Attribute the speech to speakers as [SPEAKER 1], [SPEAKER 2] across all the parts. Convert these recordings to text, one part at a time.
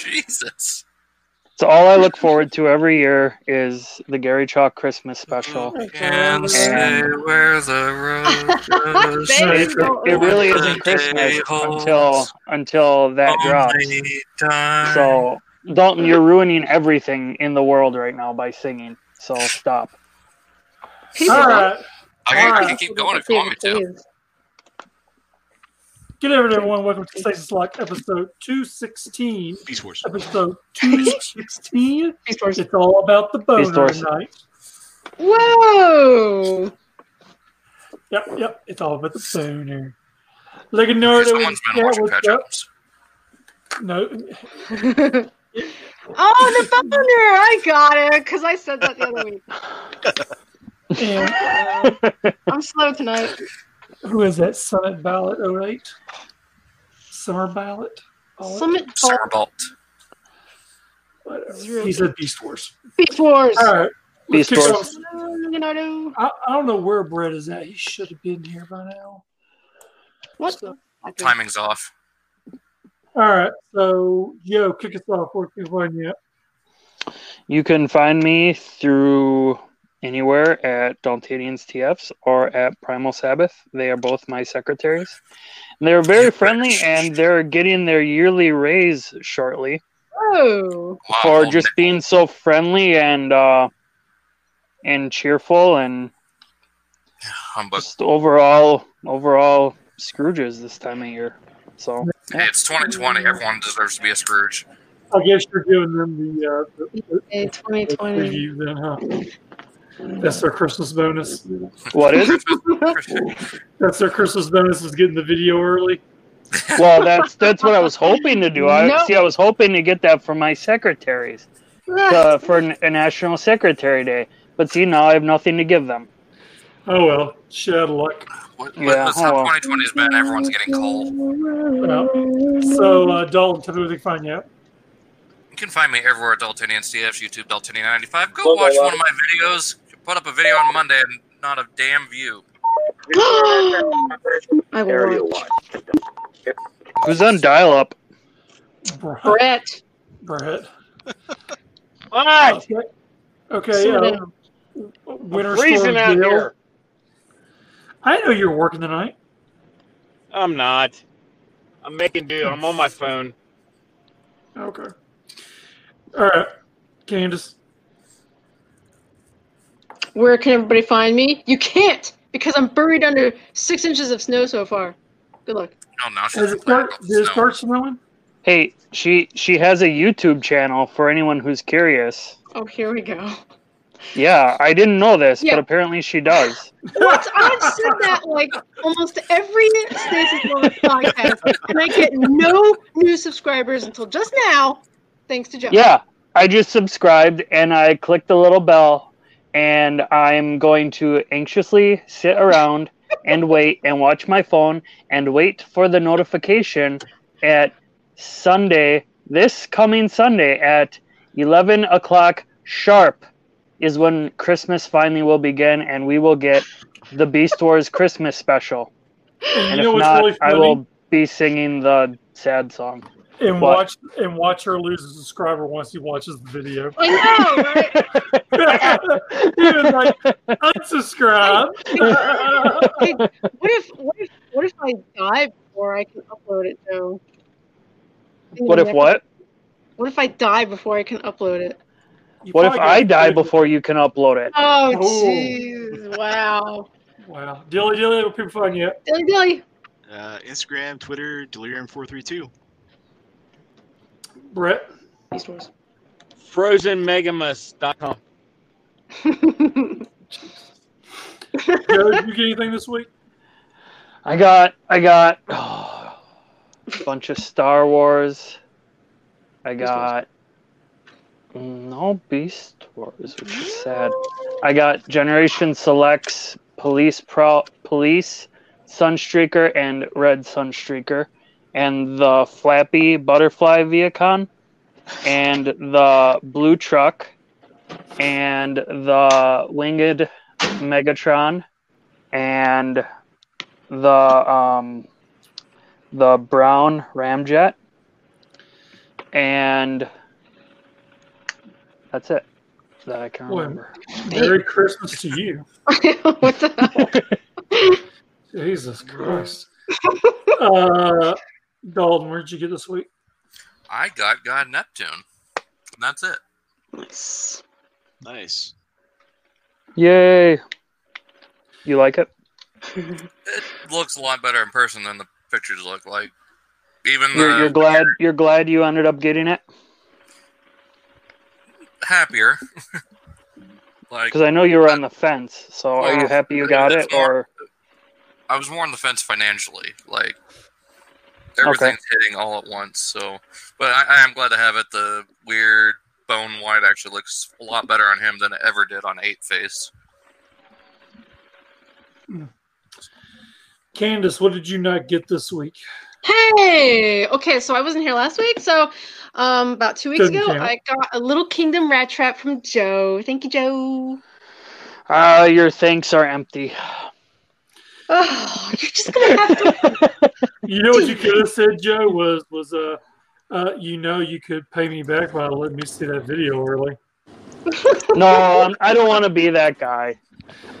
[SPEAKER 1] Jesus.
[SPEAKER 2] So all I look forward to every year is the Gary Chalk Christmas special.
[SPEAKER 1] Can't say where the road goes.
[SPEAKER 3] Baby,
[SPEAKER 2] It,
[SPEAKER 3] don't
[SPEAKER 2] it really
[SPEAKER 1] open
[SPEAKER 2] isn't
[SPEAKER 1] the
[SPEAKER 2] Christmas
[SPEAKER 1] holes.
[SPEAKER 2] until until that drops.
[SPEAKER 1] Only time.
[SPEAKER 2] So Dalton, you're ruining everything in the world right now by singing. So stop.
[SPEAKER 3] People
[SPEAKER 4] All
[SPEAKER 3] don't
[SPEAKER 4] right.
[SPEAKER 1] I, can, I
[SPEAKER 4] Alright.
[SPEAKER 1] can keep going if you want me to.
[SPEAKER 3] Please.
[SPEAKER 4] Good evening, everyone. Welcome to Stasis Lock, episode 216.
[SPEAKER 5] Beast Wars.
[SPEAKER 4] Episode 216. it's all about the
[SPEAKER 2] Beast
[SPEAKER 4] boner
[SPEAKER 2] Wars.
[SPEAKER 4] tonight.
[SPEAKER 3] Whoa!
[SPEAKER 4] Yep, yep. It's all about the boner. Legonardo in
[SPEAKER 1] Someone's been
[SPEAKER 4] chat.
[SPEAKER 1] watching
[SPEAKER 4] What's
[SPEAKER 1] Patch
[SPEAKER 4] up?
[SPEAKER 1] Adams.
[SPEAKER 3] oh,
[SPEAKER 4] No,
[SPEAKER 3] the boner! Oh, I got it because I said that the other week.
[SPEAKER 4] and
[SPEAKER 3] Uh, I'm slow tonight.
[SPEAKER 4] who is that? Summit Ballot 08? Summer Ballot? Ballot?
[SPEAKER 3] Summit Ball
[SPEAKER 1] Sarbolt.
[SPEAKER 4] Whatever. He said Beast Wars.
[SPEAKER 3] Wars.
[SPEAKER 4] All right.
[SPEAKER 2] Beast
[SPEAKER 4] let's kick
[SPEAKER 2] Wars.
[SPEAKER 4] off I, I don't know where Brett is at. He should have been here by now.
[SPEAKER 3] What?
[SPEAKER 4] So-
[SPEAKER 3] the-
[SPEAKER 1] Timing's off.
[SPEAKER 4] all right. So, yo, kick us off. Where can we find you?
[SPEAKER 2] You can find me through anywhere at Daltadians TFs or at Primal Sabbath. They are both my secretaries. And they're very friendly and they're getting their yearly raise shortly
[SPEAKER 3] Whoa!
[SPEAKER 1] Wow.
[SPEAKER 2] for just being so friendly and uh and cheerful and
[SPEAKER 1] Humbug.
[SPEAKER 2] just overall overall Scrooges this time of year. So
[SPEAKER 1] Hey, it's 2020. Everyone deserves to be a Scrooge. I
[SPEAKER 4] I guess you're giving them the, uh, the, the
[SPEAKER 3] Hey, 2020.
[SPEAKER 4] preview then, huh? That's their Christmas bonus.
[SPEAKER 2] what is it?
[SPEAKER 4] That's their Christmas bonus is getting the video early.
[SPEAKER 2] Well that's that's what I was hoping to do. I
[SPEAKER 3] No.
[SPEAKER 2] see I was hoping to get that for my secretaries. uh, for n- a National Secretary Day. But see, now I have nothing to give them.
[SPEAKER 4] Oh well, shit out of luck.
[SPEAKER 1] What,
[SPEAKER 2] Yeah,
[SPEAKER 1] what, that's how
[SPEAKER 2] oh well.
[SPEAKER 1] 2020 has been. Everyone's getting cold.
[SPEAKER 4] So uh, Dalton, tell me where they can find you. at.
[SPEAKER 1] You can find me everywhere at Daltonian CFs, YouTube Daltonian95. Go
[SPEAKER 6] Oh, my
[SPEAKER 1] watch
[SPEAKER 6] God.
[SPEAKER 1] one of my videos. Put up a video on Monday and not a damn view.
[SPEAKER 3] I
[SPEAKER 6] Area
[SPEAKER 3] will watch.
[SPEAKER 6] one.
[SPEAKER 2] Who's on dial up?
[SPEAKER 4] Brett.
[SPEAKER 3] Brett.
[SPEAKER 4] Brett.
[SPEAKER 6] What?
[SPEAKER 4] Okay. Okay.
[SPEAKER 3] slow
[SPEAKER 4] Uh,
[SPEAKER 3] down.
[SPEAKER 4] winter
[SPEAKER 6] freezing
[SPEAKER 4] storm
[SPEAKER 6] out
[SPEAKER 4] Gale.
[SPEAKER 6] here.
[SPEAKER 4] I know you're working tonight.
[SPEAKER 6] I'm not. I'm making do. I'm on my phone.
[SPEAKER 4] Okay. All right, Candace.
[SPEAKER 3] Where can everybody find me? You can't because I'm buried under six inches of snow so far. Good luck.
[SPEAKER 1] No, no, Oh, she's
[SPEAKER 4] Does it start? Does it start snowing?
[SPEAKER 2] Hey, she she has a YouTube channel for anyone who's curious.
[SPEAKER 3] Oh, here we go.
[SPEAKER 2] Yeah, I didn't know this,
[SPEAKER 3] Yeah.
[SPEAKER 2] but apparently she does.
[SPEAKER 3] What? I've said that like almost every Stasis Moment podcast, and I get no new subscribers until just now, thanks to Jeff.
[SPEAKER 2] yeah, I just subscribed and I clicked the little bell, and I'm going to anxiously sit around and wait and watch my phone and wait for the notification at Sunday, this coming Sunday at 11 o'clock sharp is when Christmas finally will begin and we will get the Beast Wars Christmas special. And
[SPEAKER 4] you know
[SPEAKER 2] if
[SPEAKER 4] what's
[SPEAKER 2] not,
[SPEAKER 4] really
[SPEAKER 2] I
[SPEAKER 4] funny?
[SPEAKER 2] will be singing the sad song.
[SPEAKER 4] And
[SPEAKER 2] What?
[SPEAKER 4] watch and watch her lose a subscriber once he watches the video.
[SPEAKER 3] I know, right?
[SPEAKER 4] he was like, unsubscribe.
[SPEAKER 3] Like, what if what if what if I die before I can upload it though?
[SPEAKER 2] What if what?
[SPEAKER 3] What if I die before I can upload it?
[SPEAKER 4] You
[SPEAKER 2] What if
[SPEAKER 4] probably
[SPEAKER 2] I
[SPEAKER 4] got-
[SPEAKER 2] die before you can upload it?
[SPEAKER 3] Oh
[SPEAKER 4] Oh.
[SPEAKER 3] jeez, wow.
[SPEAKER 4] Wow. Dilly dilly, where people find you? at?
[SPEAKER 3] Dilly dilly.
[SPEAKER 5] Uh, Instagram, Twitter, Delirium432.
[SPEAKER 4] Brett.
[SPEAKER 3] Beast Wars.
[SPEAKER 6] FrozenMegamus.com.
[SPEAKER 4] Joe, you get anything this week?
[SPEAKER 2] I got I got a bunch of Star Wars. I got mm, no Beast Wars, which is sad. I got Generation Selects, Police Pro, Police Sunstreaker, and Red Sunstreaker, and the Flappy Butterfly Viacon, and the Blue Truck, and the Winged Megatron, and the um the brown ramjet and that's it that I can
[SPEAKER 4] Boy.
[SPEAKER 2] remember.
[SPEAKER 4] Merry Christmas to you.
[SPEAKER 3] what the hell?
[SPEAKER 4] Jesus Christ. Uh, Dalton, where'd you get this week?
[SPEAKER 1] I got God Neptune. And That's it.
[SPEAKER 3] Nice.
[SPEAKER 5] Nice.
[SPEAKER 2] Yay! You like it?
[SPEAKER 1] It looks a lot better in person than the pictures look like. Even
[SPEAKER 2] You're,
[SPEAKER 1] the
[SPEAKER 2] you're glad. You're glad you ended up getting it
[SPEAKER 1] happier. like
[SPEAKER 2] because I know you were on the fence. So are you
[SPEAKER 1] Well,
[SPEAKER 2] happy you got it, or
[SPEAKER 1] I was more on the fence financially. Like everything's hitting all at once. So, but I, I am glad to have it. The weird bone white actually looks a lot better on him than it ever did on Eight Face.
[SPEAKER 4] Candace, what did you not get this week?
[SPEAKER 3] Hey, okay, so I wasn't here last week, so um, about two weeks
[SPEAKER 4] Doesn't
[SPEAKER 3] ago,
[SPEAKER 4] count.
[SPEAKER 3] I got a little Kingdom Rat Trap from Joe. Thank you, Joe.
[SPEAKER 2] uh, your thanks are empty?
[SPEAKER 3] Oh, you're just gonna have to.
[SPEAKER 4] You know what you could have said, Joe, was was uh, uh you know you could pay me back by letting me see that video early.
[SPEAKER 2] no, I'm, I don't want to be that guy.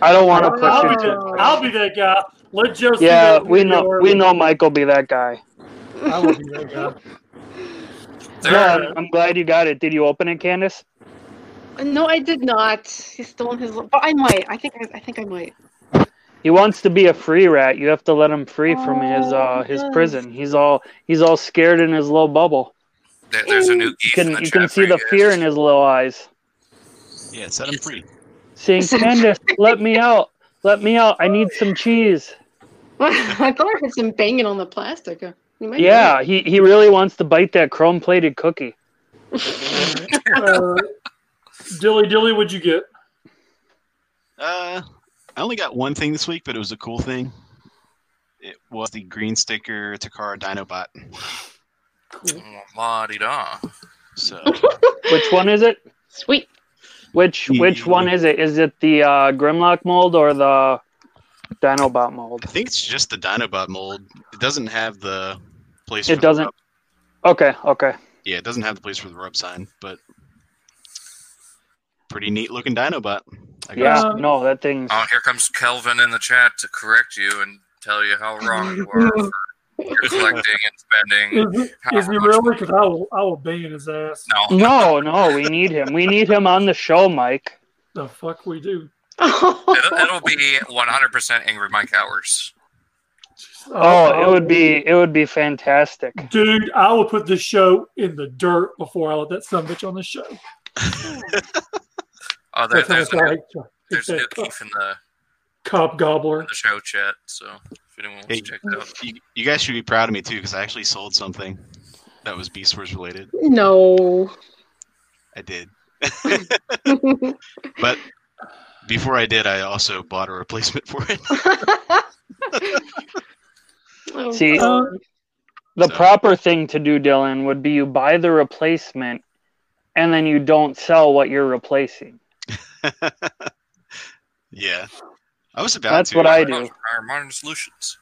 [SPEAKER 2] I don't
[SPEAKER 3] Oh,
[SPEAKER 2] want to
[SPEAKER 4] I'll,
[SPEAKER 2] put
[SPEAKER 4] be
[SPEAKER 2] you
[SPEAKER 4] that,
[SPEAKER 2] to.
[SPEAKER 4] I'll be that guy. Let Joe see
[SPEAKER 2] Yeah,
[SPEAKER 4] that
[SPEAKER 2] we
[SPEAKER 4] video
[SPEAKER 2] know.
[SPEAKER 4] early.
[SPEAKER 2] We know Mike will be that guy.
[SPEAKER 4] I will be that guy.
[SPEAKER 1] There,
[SPEAKER 2] No, I'm, I'm glad you got it. Did you open it, Candace?
[SPEAKER 3] No, I did not. He's still in his. But I might. I think. I, I think I might.
[SPEAKER 2] He wants to be a free rat. You have to let him free from his
[SPEAKER 3] Oh,
[SPEAKER 2] uh his
[SPEAKER 3] yes.
[SPEAKER 2] prison. He's all he's all scared in his little bubble.
[SPEAKER 1] there- there's a new geek
[SPEAKER 2] You can
[SPEAKER 1] in the
[SPEAKER 2] you
[SPEAKER 1] chat
[SPEAKER 2] can see
[SPEAKER 1] for you
[SPEAKER 2] the fear
[SPEAKER 1] guys.
[SPEAKER 2] in his little eyes.
[SPEAKER 5] Yeah, set him free.
[SPEAKER 2] Saying, Candace, let me out. Let me out. I need some cheese.
[SPEAKER 3] I thought I heard some banging on the plastic. Uh, You might be
[SPEAKER 2] Yeah,
[SPEAKER 3] right.
[SPEAKER 2] he, he really wants to bite that chrome plated cookie.
[SPEAKER 4] Uh, Dilly Dilly, what'd you get?
[SPEAKER 5] Uh, I only got one thing this week, but it was a cool thing. It was the green sticker Takara Dinobot.
[SPEAKER 1] La di da.
[SPEAKER 5] So
[SPEAKER 2] Which one is it?
[SPEAKER 3] Sweet.
[SPEAKER 2] Which which one is it? Is it the uh, Grimlock mold or the Dinobot mold?
[SPEAKER 5] I think it's just the Dinobot mold. It doesn't have the place.
[SPEAKER 2] It
[SPEAKER 5] for
[SPEAKER 2] doesn't-
[SPEAKER 5] The rub.
[SPEAKER 2] Okay, okay.
[SPEAKER 5] Yeah, it doesn't have the place for the rub sign, but pretty neat looking Dinobot. I
[SPEAKER 2] Yeah,
[SPEAKER 5] guess. Uh,
[SPEAKER 4] Um,
[SPEAKER 2] no, that thing's
[SPEAKER 1] Oh, here comes Kelvin in the chat to correct you and tell you how wrong you are for collecting and spending.
[SPEAKER 4] Is, it- is
[SPEAKER 1] however much
[SPEAKER 4] he really?
[SPEAKER 1] money-
[SPEAKER 4] Because I will, I will ban his ass.
[SPEAKER 1] No,
[SPEAKER 2] No, no, we need him. We need him on the show, Mike.
[SPEAKER 4] The fuck we do.
[SPEAKER 1] it'll, it'll be 100% Angry Mike hours.
[SPEAKER 2] Oh, it would be it would be fantastic.
[SPEAKER 4] Dude, I will put this show in the dirt before I let that son of a bitch on the show.
[SPEAKER 1] Oh, there,
[SPEAKER 4] That's how
[SPEAKER 1] there's,
[SPEAKER 4] much
[SPEAKER 1] a
[SPEAKER 4] I
[SPEAKER 1] new,
[SPEAKER 4] hate Joe. It's
[SPEAKER 1] there's a new
[SPEAKER 4] that cop,
[SPEAKER 1] Keith in the,
[SPEAKER 4] cop gobbler.
[SPEAKER 1] in the show chat, so if anyone wants to check it out.
[SPEAKER 5] You, you guys should be proud of me too, because I actually sold something that was Beast Wars related.
[SPEAKER 3] no.
[SPEAKER 5] I did. But before I did, I also bought a replacement for it.
[SPEAKER 3] Oh,
[SPEAKER 2] See,
[SPEAKER 3] God.
[SPEAKER 4] Um,
[SPEAKER 2] The
[SPEAKER 5] So-
[SPEAKER 2] proper thing to do, Dylan, would be you buy the replacement and then you don't sell what you're replacing.
[SPEAKER 5] yeah, I was about
[SPEAKER 2] That's
[SPEAKER 5] to.
[SPEAKER 2] what I
[SPEAKER 1] Our
[SPEAKER 2] do.
[SPEAKER 1] our modern solutions.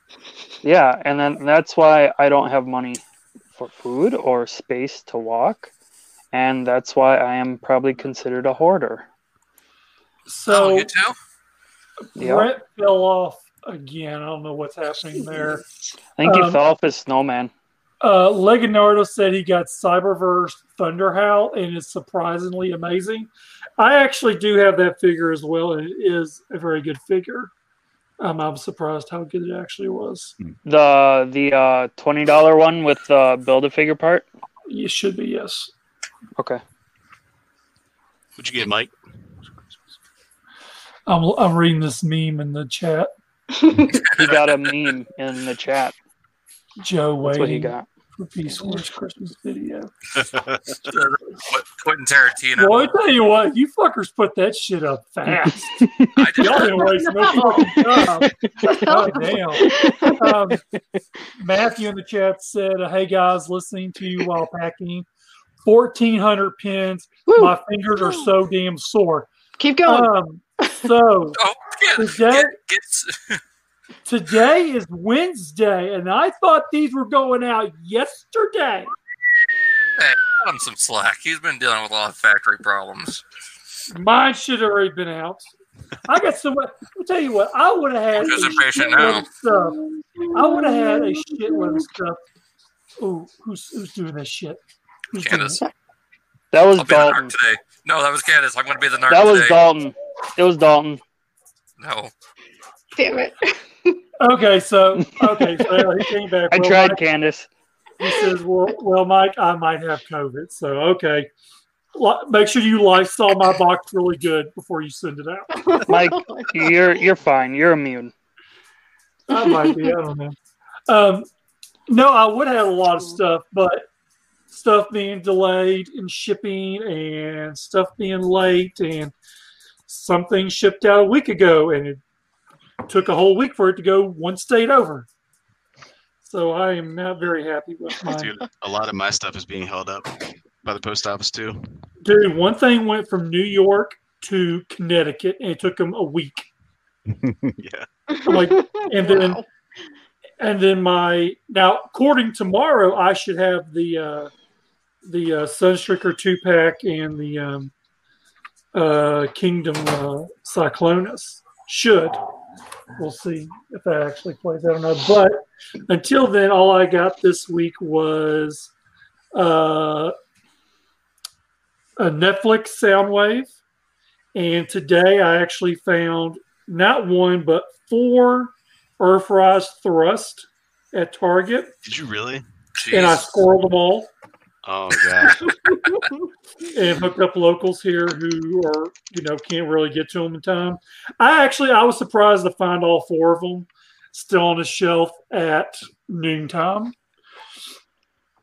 [SPEAKER 2] Yeah, and then that's why I don't have money for food or space to walk. And that's why I am probably considered a hoarder.
[SPEAKER 1] Oh,
[SPEAKER 4] So
[SPEAKER 1] you too?
[SPEAKER 2] Yeah.
[SPEAKER 4] Brett fell off again. I don't know what's happening there.
[SPEAKER 2] I think he
[SPEAKER 4] Um,
[SPEAKER 2] fell off his snowman.
[SPEAKER 4] Uh, Leonardo said he got Cyberverse Thunderhowl and is surprisingly amazing. I actually do have that figure as well, and it is a very good figure. Um, I'm surprised how good it actually was.
[SPEAKER 2] The the uh, twenty dollar one with the build a figure part.
[SPEAKER 4] It should be yes.
[SPEAKER 2] Okay.
[SPEAKER 5] What'd you get, Mike?
[SPEAKER 4] I'm, I'm reading this meme in the chat.
[SPEAKER 2] He got a meme in the chat.
[SPEAKER 4] Joe
[SPEAKER 2] That's what he
[SPEAKER 4] waiting
[SPEAKER 2] got.
[SPEAKER 4] for Beast Wars Christmas video.
[SPEAKER 1] Qu- Quentin Tarantino.
[SPEAKER 4] Well, I tell you what, you fuckers put that shit up fast.
[SPEAKER 1] I did,
[SPEAKER 4] Y'all didn't waste no fucking time.
[SPEAKER 3] Oh,
[SPEAKER 4] God damn. um, Matthew in the chat said, "Hey guys, listening to you while packing. Fourteen hundred pins.
[SPEAKER 3] Woo.
[SPEAKER 4] My fingers are so damn sore."
[SPEAKER 3] Keep going.
[SPEAKER 4] Um, so
[SPEAKER 1] oh, yeah.
[SPEAKER 4] today,
[SPEAKER 1] Get- get-
[SPEAKER 4] today is Wednesday, and I thought these were going out yesterday.
[SPEAKER 1] Cut him some slack. He's been dealing with a lot of factory problems.
[SPEAKER 4] Mine should have already been out. I got so much. I'll tell you what, I would have had
[SPEAKER 1] Who's
[SPEAKER 4] a
[SPEAKER 1] the patient
[SPEAKER 4] shitload
[SPEAKER 1] now?
[SPEAKER 4] of stuff. uh, I would have had a shitload of stuff. Ooh, who's who's doing this shit? Who's doing
[SPEAKER 1] Candace.
[SPEAKER 4] this?
[SPEAKER 2] That was
[SPEAKER 1] I'll be the
[SPEAKER 2] Dalton.
[SPEAKER 1] narc today. No, that was Candace. I'm going to be the narc
[SPEAKER 2] That was
[SPEAKER 1] today.
[SPEAKER 2] Dalton. It was Dalton.
[SPEAKER 1] No.
[SPEAKER 3] Damn it.
[SPEAKER 4] Okay, so okay, so he came back.
[SPEAKER 2] I
[SPEAKER 4] Well,
[SPEAKER 2] tried
[SPEAKER 4] Mike-
[SPEAKER 2] Candace.
[SPEAKER 4] he says, "Well, well, Mike, I might have COVID, so okay. Li- Make sure you lysol my box really good before you send it out.
[SPEAKER 2] Mike, You're you're fine. You're immune.
[SPEAKER 4] I might be. I don't know. Um, no, I would have a lot of stuff, but stuff being delayed and shipping and stuff being late and something shipped out a week ago and it took a whole week for it to go one state over. So I am not very happy with my
[SPEAKER 5] Dude, a lot of my stuff is being held up by the post office too.
[SPEAKER 4] Dude, one thing went from New York to Connecticut, and it took them a week.
[SPEAKER 5] yeah.
[SPEAKER 4] like, and then- And then my now, according tomorrow, I should have the uh, the uh, Sunstreaker two pack and the um, uh, Kingdom uh, Cyclonus. Should we'll see if that actually plays. I don't know, but until then, all I got this week was uh, a Netflix Soundwave, and today I actually found not one but four Earthrise Thrust at Target,
[SPEAKER 5] Did you really?
[SPEAKER 1] Jeez.
[SPEAKER 4] and I squirreled them all
[SPEAKER 5] Oh god.
[SPEAKER 4] and hooked up locals here who are you know can't really get to them in time. I actually I was surprised to find all four of them still on a shelf at noontime.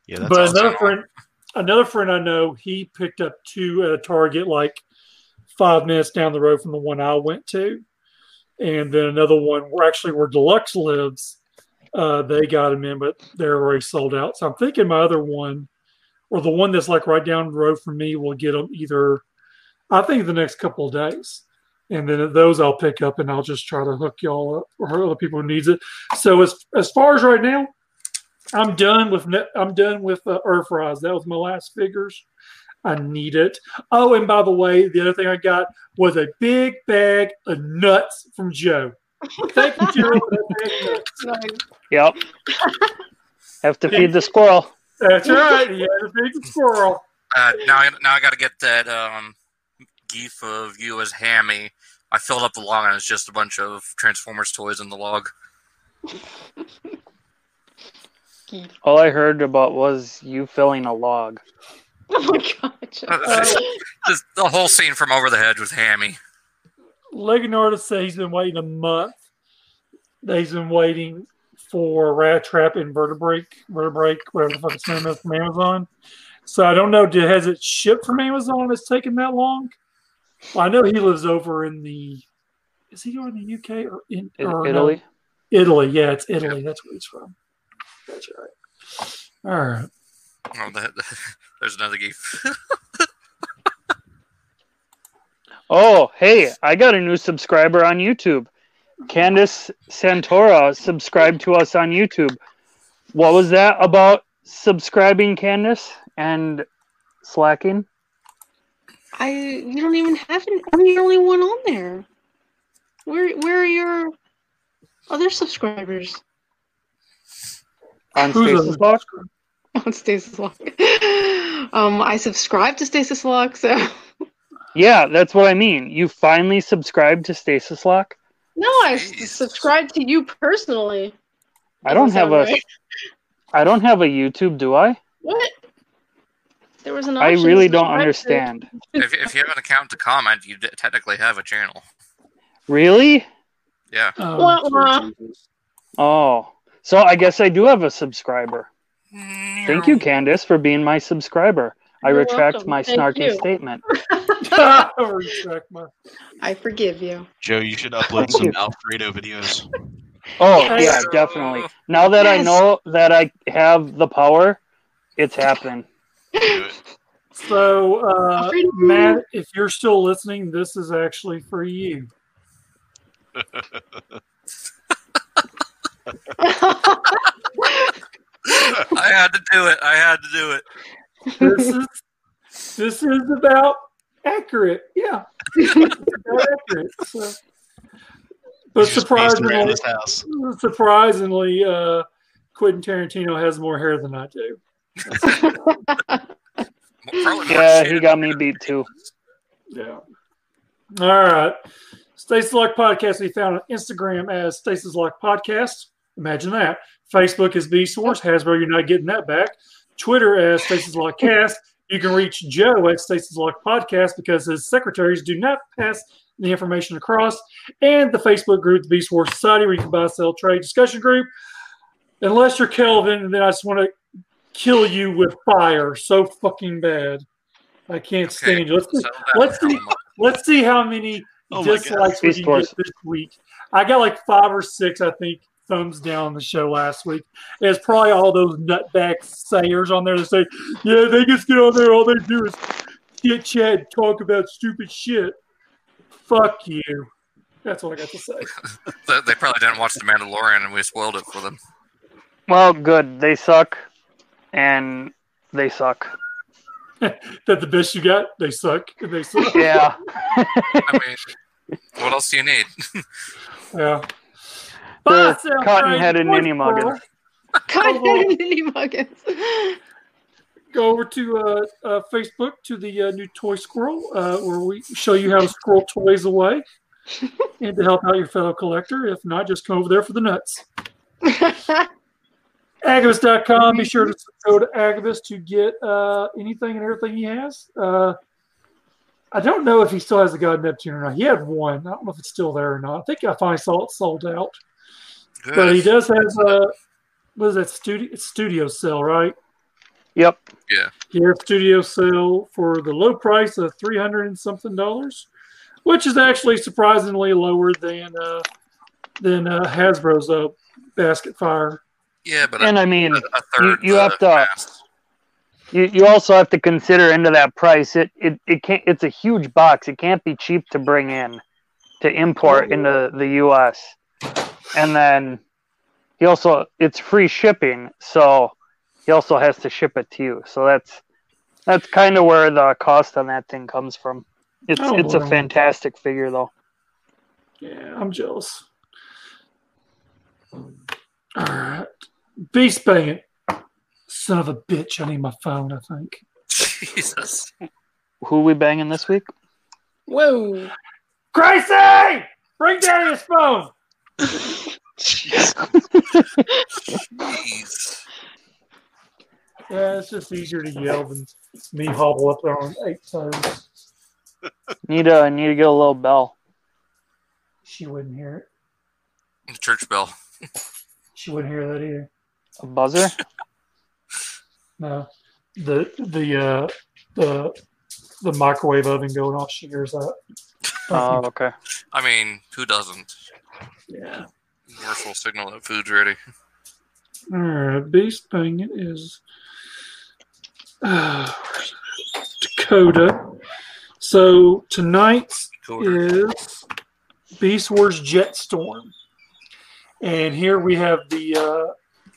[SPEAKER 5] Yeah, that's
[SPEAKER 4] But
[SPEAKER 5] awesome.
[SPEAKER 4] another friend, another friend I know, he picked up two at a Target like five minutes down the road from the one I went to, and then another one where actually where Deluxe lives, uh, they got them in, but they're already sold out. So I'm thinking my other one, or the one that's like right down the road from me, will get them either. I think the next couple of days. And then those I'll pick up and I'll just try to hook y'all up or other people who needs it. So as as far as right now, I'm done with ne- I'm done with uh, Earthrise. That was my last figures. I need it. Oh, and by the way, the other thing I got was a big bag of nuts from Joe. Thank you, Joe. for that bag of nuts.
[SPEAKER 2] Yep. Have to feed the squirrel.
[SPEAKER 4] That's right. He had a big squirrel.
[SPEAKER 1] Uh, now, I, now I got to get that um, gif of you as Hammy. I filled up the log, and it's just a bunch of Transformers toys in the log.
[SPEAKER 2] All I heard about was you filling a log.
[SPEAKER 3] oh my god. Jeff.
[SPEAKER 1] Uh, Just the whole scene from Over the Hedge with Hammy.
[SPEAKER 4] Legonardo said he's been waiting a month. That he's been waiting for Rat Trap and Vertebrate, Vertebrate, whatever the fuck its name is, from Amazon. So I don't know. Did, has it shipped from Amazon? It's taken that long. Well, I know he lives over in the. Is he over in the UK or in
[SPEAKER 2] I-
[SPEAKER 4] or Oh, no,
[SPEAKER 2] Italy.
[SPEAKER 4] Italy, yeah, it's Italy. That's where he's from. That's right. All right.
[SPEAKER 1] Oh, that, there's another gif.
[SPEAKER 2] Oh, hey, I got a new subscriber on YouTube. Candace Santora subscribed to us on YouTube. What was that about subscribing, Candace, and slacking?
[SPEAKER 3] I you don't even have an I'm the only one on there. Where where are your other subscribers
[SPEAKER 2] On
[SPEAKER 4] Who's
[SPEAKER 2] Stasis
[SPEAKER 4] a-
[SPEAKER 2] Lock?
[SPEAKER 3] on Stasis Lock? Um, I subscribe to Stasis Lock, so
[SPEAKER 2] Yeah, that's what I mean. You finally subscribed to Stasis Lock?
[SPEAKER 3] no, I
[SPEAKER 1] Jeez.
[SPEAKER 3] s- subscribe to you personally.
[SPEAKER 2] I don't
[SPEAKER 3] Doesn't
[SPEAKER 2] have
[SPEAKER 3] sound
[SPEAKER 2] a
[SPEAKER 3] right.
[SPEAKER 2] I don't have a YouTube, do I?
[SPEAKER 3] what. There was an.
[SPEAKER 2] I
[SPEAKER 3] option to
[SPEAKER 2] really don't
[SPEAKER 3] subscribe to-
[SPEAKER 2] understand.
[SPEAKER 1] if, if you have an account to comment, you d- technically have a channel.
[SPEAKER 2] Really?
[SPEAKER 1] Yeah.
[SPEAKER 4] Um,
[SPEAKER 3] Wah, wah.
[SPEAKER 2] Oh. So I guess I do have a subscriber. Thank you, Candace, for being my subscriber. I
[SPEAKER 3] You're
[SPEAKER 2] retract
[SPEAKER 3] welcome.
[SPEAKER 2] my
[SPEAKER 3] Thank
[SPEAKER 2] snarky
[SPEAKER 3] you.
[SPEAKER 2] statement.
[SPEAKER 4] Retract my-
[SPEAKER 3] I forgive you.
[SPEAKER 5] Joe, you should upload some Alfredo videos.
[SPEAKER 2] Oh
[SPEAKER 4] Yes.
[SPEAKER 2] yeah, definitely. Now that I
[SPEAKER 3] Yes.
[SPEAKER 2] know that I have the power, it's happening.
[SPEAKER 5] Do it.
[SPEAKER 4] So, uh,
[SPEAKER 3] Alfredo.
[SPEAKER 4] Matt, if you're still listening, this is actually for you.
[SPEAKER 1] I had to do it. I had to do it.
[SPEAKER 4] This is this is about accurate. Yeah, it's about accurate. So. But
[SPEAKER 5] It's just based around
[SPEAKER 4] surprisingly,
[SPEAKER 5] this house.
[SPEAKER 4] surprisingly, uh, Quentin Tarantino has more hair than I do.
[SPEAKER 2] Oh,
[SPEAKER 1] Probably more
[SPEAKER 2] Yeah, he
[SPEAKER 1] shaded
[SPEAKER 2] got me beat too.
[SPEAKER 4] Yeah. All right. Stasis Lock Podcast we found on Instagram as Stasis Lock Podcast. Imagine that. Facebook is B Source. Hasbro, you're not getting that back. Twitter as Stasis Lock Cast. You can reach Joe at Stasis Lock Podcast because his secretaries do not pass the information across. And the Facebook group, the B Source Society, where you can buy, sell, trade discussion group. Unless you're Kelvin, then I just want to kill you with fire so fucking bad. I can't stand you. Let's
[SPEAKER 1] so
[SPEAKER 4] just
[SPEAKER 1] that-
[SPEAKER 4] Let's see. Let's see how many
[SPEAKER 5] Oh my
[SPEAKER 4] dislikes we
[SPEAKER 2] Beast
[SPEAKER 4] can
[SPEAKER 2] Wars.
[SPEAKER 4] get this week. I got like five or six, I think, thumbs down on the show last week. It's probably all those nutbag sayers on there that say, "Yeah, they just get on there. All they do is chit chat, talk about stupid shit." Fuck you. That's what I got to say.
[SPEAKER 1] They- They probably didn't watch The Mandalorian, and we spoiled it for them.
[SPEAKER 2] Well, good. They suck, and they suck.
[SPEAKER 4] That the best you got, they suck. and They suck.
[SPEAKER 2] Yeah.
[SPEAKER 1] I mean, what else do you need?
[SPEAKER 2] They're
[SPEAKER 4] Yeah. Buy, sell,
[SPEAKER 2] cotton-headed
[SPEAKER 4] trade,
[SPEAKER 2] ninny
[SPEAKER 4] voice
[SPEAKER 2] muggins.
[SPEAKER 3] God, Minnie Muggins.
[SPEAKER 4] go over to uh, uh, Facebook to the uh, new toy squirrel, uh, where we show you how to squirrel toys away and to help out your fellow collector. If not, just come over there for the nuts. Agabus.com. Be sure to go to Agabus to get uh, anything and everything he has. Uh, I don't know if he still has the God Neptune or not. He had one. I don't know if it's still there or not. I think I finally saw it sold out. But he
[SPEAKER 1] Good.
[SPEAKER 4] does have, uh, what is that, studio, it's studio cell, right?
[SPEAKER 2] Yep.
[SPEAKER 4] Gear Studio sale for the low price of three hundred and something dollars, which is actually surprisingly lower than uh, than uh, Hasbro's uh, Basket Fire.
[SPEAKER 1] Yeah, but
[SPEAKER 2] And
[SPEAKER 1] a,
[SPEAKER 2] I mean,
[SPEAKER 1] a a third.
[SPEAKER 2] you
[SPEAKER 1] the
[SPEAKER 2] have to-
[SPEAKER 1] cast.
[SPEAKER 2] you, you also have to consider into that price. It it it can't. It's a huge box. It can't be cheap to bring in, to import into the U.S. And then he also it's free shipping, so he also has to ship it to you. So that's that's kind of where the cost on that thing comes from. It's
[SPEAKER 4] Oh,
[SPEAKER 2] it's a
[SPEAKER 4] boy.
[SPEAKER 2] fantastic figure though.
[SPEAKER 4] Yeah, I'm jealous. All right, Beast Banging. Son of a bitch! I need my phone. I think.
[SPEAKER 1] Jesus.
[SPEAKER 2] Who we banging this week?
[SPEAKER 3] Whoa.
[SPEAKER 4] Gracie, bring down his phone.
[SPEAKER 1] Jeez.
[SPEAKER 4] Yeah, it's just easier to yell than me hobble up there on eight toes.
[SPEAKER 2] Need to need to get a little bell.
[SPEAKER 4] She wouldn't hear it.
[SPEAKER 1] The church bell.
[SPEAKER 4] She wouldn't hear that either.
[SPEAKER 2] A buzzer?
[SPEAKER 4] No, Uh, the the uh, the the microwave oven going off. uh, She hears that.
[SPEAKER 2] Oh, okay.
[SPEAKER 1] I mean, who doesn't?
[SPEAKER 4] yeah.
[SPEAKER 1] Commercial signal that food's ready.
[SPEAKER 4] All right. Beast Banging is uh, Dakota. So tonight
[SPEAKER 1] Cool.
[SPEAKER 4] is Beast Wars Jetstorm, and here we have the uh,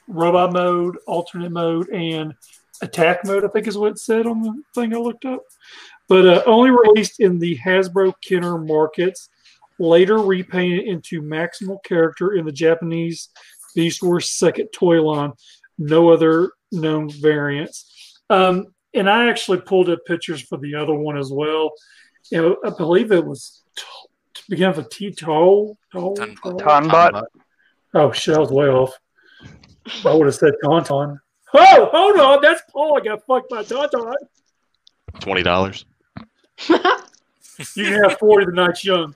[SPEAKER 4] robot mode, alternate mode, and attack mode. I think is what it said on the thing I looked up. But uh, only released in the Hasbro Kenner markets. Later repainted into maximal character in the Japanese Beast Wars second toy line. No other known variants. Um, and I actually pulled up pictures for the other one as well. And I believe it was t- to begin with T Toll.
[SPEAKER 1] Tonbot.
[SPEAKER 2] Tonbot.
[SPEAKER 4] Oh shit, I was way off. I would have said Tauntaun. Oh, hold on, that's Paul. I got fucked by Tauntaun.
[SPEAKER 7] Twenty dollars.
[SPEAKER 4] You can have 40 the night's young.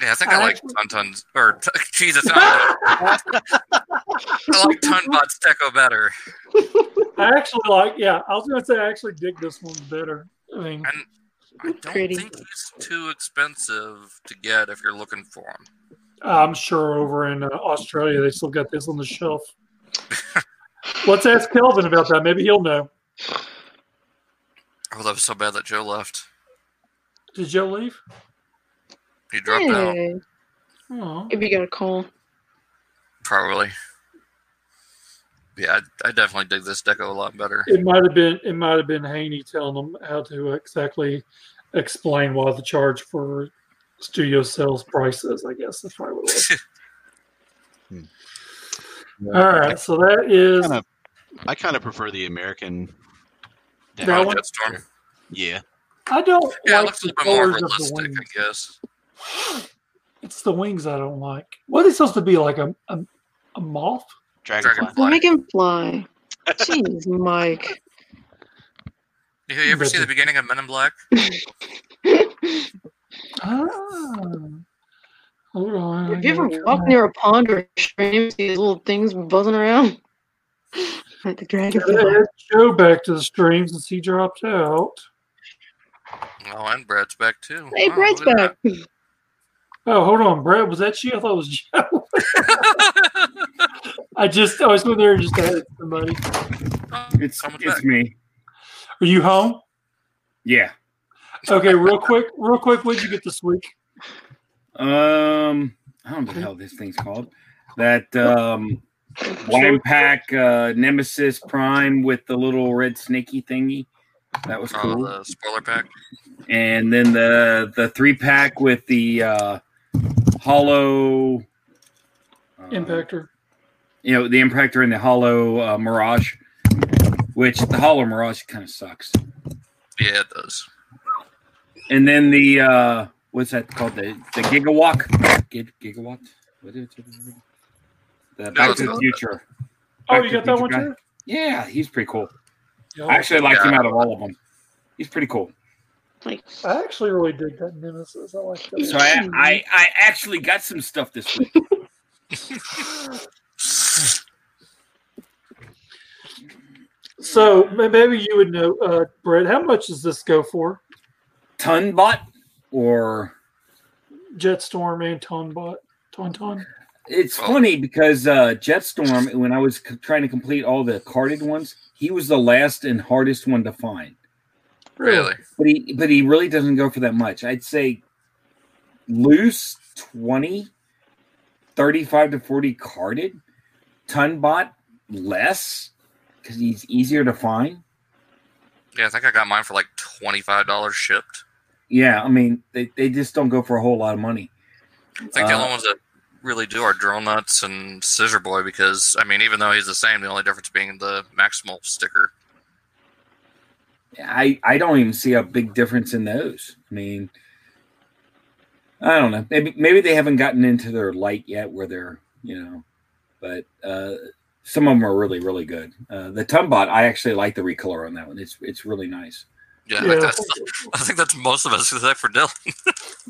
[SPEAKER 1] Yeah, I think I
[SPEAKER 4] I
[SPEAKER 1] like Tonton's or t- Jesus. I don't know. I like Tonbot's Deco better.
[SPEAKER 4] I actually like, yeah, I was going to say I actually dig this one better. I mean,
[SPEAKER 1] And I don't
[SPEAKER 3] Pretty.
[SPEAKER 1] think he's too expensive to get if you're looking for him.
[SPEAKER 4] I'm sure over in uh, Australia they still got this on the shelf. Let's ask Kelvin about that. Maybe he'll know.
[SPEAKER 1] Oh, that was so bad that Joe left.
[SPEAKER 4] Did Joe leave?
[SPEAKER 1] He dropped out
[SPEAKER 3] Hey.
[SPEAKER 4] Oh,
[SPEAKER 3] If you got a call.
[SPEAKER 1] probably. yeah, I, I definitely dig this deco a lot better.
[SPEAKER 4] It might have been it might have been Haney telling them how to exactly explain why the charge for studio sales prices. I guess that's probably what it was. All right, so that is
[SPEAKER 5] Kinda- I kind of prefer the American.
[SPEAKER 4] That
[SPEAKER 5] Yeah,
[SPEAKER 4] one-
[SPEAKER 1] Storm.
[SPEAKER 5] Yeah.
[SPEAKER 4] I don't
[SPEAKER 1] Yeah, it
[SPEAKER 4] like
[SPEAKER 1] looks a
[SPEAKER 4] the
[SPEAKER 1] little bit more
[SPEAKER 4] colors of the
[SPEAKER 1] realistic,
[SPEAKER 4] wings.
[SPEAKER 1] I guess.
[SPEAKER 4] It's the wings I don't like. What is supposed to be like a a, a moth?
[SPEAKER 5] Dragonfly.
[SPEAKER 1] Dragonfly.
[SPEAKER 3] Make him fly. Jeez, Mike.
[SPEAKER 1] You, you ever see the beginning of Men in Black?
[SPEAKER 4] Ah. Hold on.
[SPEAKER 3] Have you ever walked near a pond or a stream, see these little things buzzing around? Like the dragonfly.
[SPEAKER 4] Let's go back to the stream since he dropped out.
[SPEAKER 1] Oh, and Brad's back too.
[SPEAKER 3] Hey,
[SPEAKER 1] Wow,
[SPEAKER 3] Brad's
[SPEAKER 1] look at
[SPEAKER 3] back.
[SPEAKER 4] Oh, hold on, Brad. Was that you? I thought it was Joe.
[SPEAKER 1] that.
[SPEAKER 4] I just I was over there and just added somebody.
[SPEAKER 8] It's
[SPEAKER 1] Someone's
[SPEAKER 8] it's
[SPEAKER 1] back.
[SPEAKER 8] me.
[SPEAKER 4] Are you home?
[SPEAKER 8] Yeah.
[SPEAKER 4] Okay, real quick, real quick. What'd you get this week?
[SPEAKER 8] Um, I don't know how this thing's called. That um, wine pack uh, Nemesis Prime with the little red snaky thingy. That was
[SPEAKER 1] Oh,
[SPEAKER 8] cool.
[SPEAKER 1] the spoiler pack.
[SPEAKER 8] and then the the three pack with the uh, hollow uh,
[SPEAKER 4] Impactor.
[SPEAKER 8] You know the impactor and the hollow uh, mirage, which the hollow mirage kind of sucks.
[SPEAKER 1] Yeah, it does.
[SPEAKER 8] And then the uh, what's that called? The the gigawatt. Gig, gigawatt. What is it? The Back to the Future.
[SPEAKER 4] Oh,
[SPEAKER 8] Back
[SPEAKER 4] you
[SPEAKER 8] to
[SPEAKER 4] got
[SPEAKER 8] the
[SPEAKER 4] that one
[SPEAKER 8] Future
[SPEAKER 4] too.
[SPEAKER 8] Yeah, he's pretty cool.
[SPEAKER 4] Yeah.
[SPEAKER 8] I actually like him
[SPEAKER 1] Yeah.
[SPEAKER 8] out of all of them. He's pretty cool.
[SPEAKER 3] Like,
[SPEAKER 4] I actually really dig that Nemesis. I like that.
[SPEAKER 8] So I, I, I actually got some stuff this week.
[SPEAKER 4] So ma- maybe you would know, uh, Brett. How much does this go for?
[SPEAKER 8] Tunbot or
[SPEAKER 4] Jetstorm and Tonbot. Tauntaun.
[SPEAKER 8] It's
[SPEAKER 1] Oh.
[SPEAKER 8] funny because uh, Jetstorm, when I was c- trying to complete all the carded ones, he was the last and hardest one to find.
[SPEAKER 1] Really?
[SPEAKER 8] But he, but he really doesn't go for that much. I'd say loose 20, 35 to 40 carded, Tunbot less because he's easier to find.
[SPEAKER 1] Yeah, I think I got mine for like twenty-five dollars shipped.
[SPEAKER 8] Yeah, I mean, they, they just don't go for a whole lot of money.
[SPEAKER 1] I think the
[SPEAKER 8] Uh,
[SPEAKER 1] only ones that really do are Drill Nuts and Scissor Boy because I mean, even though he's the same, the only difference being the maximal sticker.
[SPEAKER 8] I, I don't even see a big difference in those. I mean, I don't know. Maybe maybe they haven't gotten into their light yet, where they're you know, but uh, some of them are really really good. Uh, the Tumbot, I actually like the recolor on that one. It's it's really nice.
[SPEAKER 1] Yeah, I,
[SPEAKER 4] Yeah.
[SPEAKER 1] think that's, I think that's most of us except for Dylan.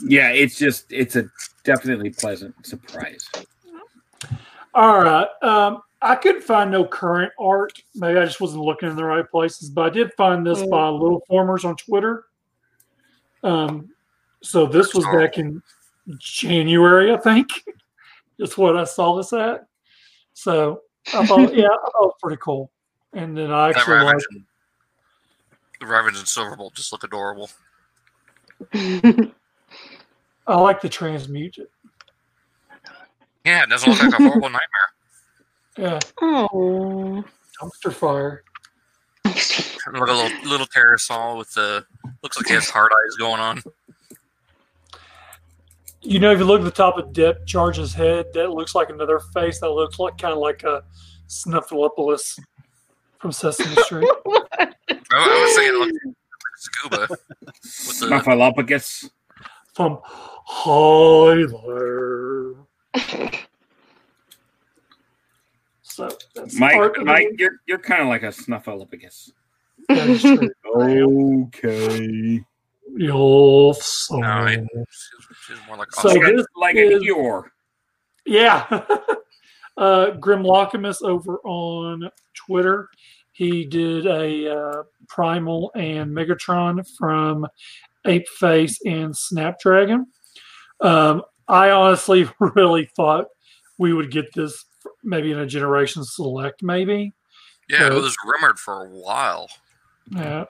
[SPEAKER 8] Yeah, it's just it's a definitely pleasant surprise.
[SPEAKER 4] All right. Um, I couldn't find no current art. Maybe I just wasn't looking in the right places, but I did find this by Little Formers on Twitter. Um, so this was back in January, I think. Is what I saw this at. So I thought, yeah, I thought it was pretty cool. And then I
[SPEAKER 1] That
[SPEAKER 4] actually liked
[SPEAKER 1] Ravage and, the Ravage and Silverbolt just look adorable.
[SPEAKER 4] I like the transmute.
[SPEAKER 1] Yeah, it doesn't look like a horrible nightmare.
[SPEAKER 4] Yeah,
[SPEAKER 3] oh.
[SPEAKER 4] dumpster fire.
[SPEAKER 1] Look at a little little pterosol with the looks like he has hard eyes going on.
[SPEAKER 4] You know, if you look at the top of Dep Charge's head, that looks like another face that looks like kind of like a Snuffleupagus from Sesame Street.
[SPEAKER 1] I, I was thinking it looked like scuba with the
[SPEAKER 8] Snuffleupagus.
[SPEAKER 4] from Hi there. So that's
[SPEAKER 8] Mike,
[SPEAKER 4] art of the
[SPEAKER 8] Mike,
[SPEAKER 4] week.
[SPEAKER 8] you're you're kind of like a Snuffleupagus.
[SPEAKER 4] That is true.
[SPEAKER 8] Okay.
[SPEAKER 4] You'll so-
[SPEAKER 1] No, I- she's, she's more like
[SPEAKER 4] So
[SPEAKER 1] Oscar.
[SPEAKER 8] like
[SPEAKER 4] this
[SPEAKER 8] a, like
[SPEAKER 4] is-
[SPEAKER 8] a Eeyore.
[SPEAKER 4] Yeah. uh, Grimlockamus over on Twitter. He did a uh, Primal and Megatron from Ape Face and Snapdragon. Um, I honestly really thought we would get this maybe in a Generation Select, maybe.
[SPEAKER 1] Yeah, it was rumored for a while.
[SPEAKER 4] Yeah.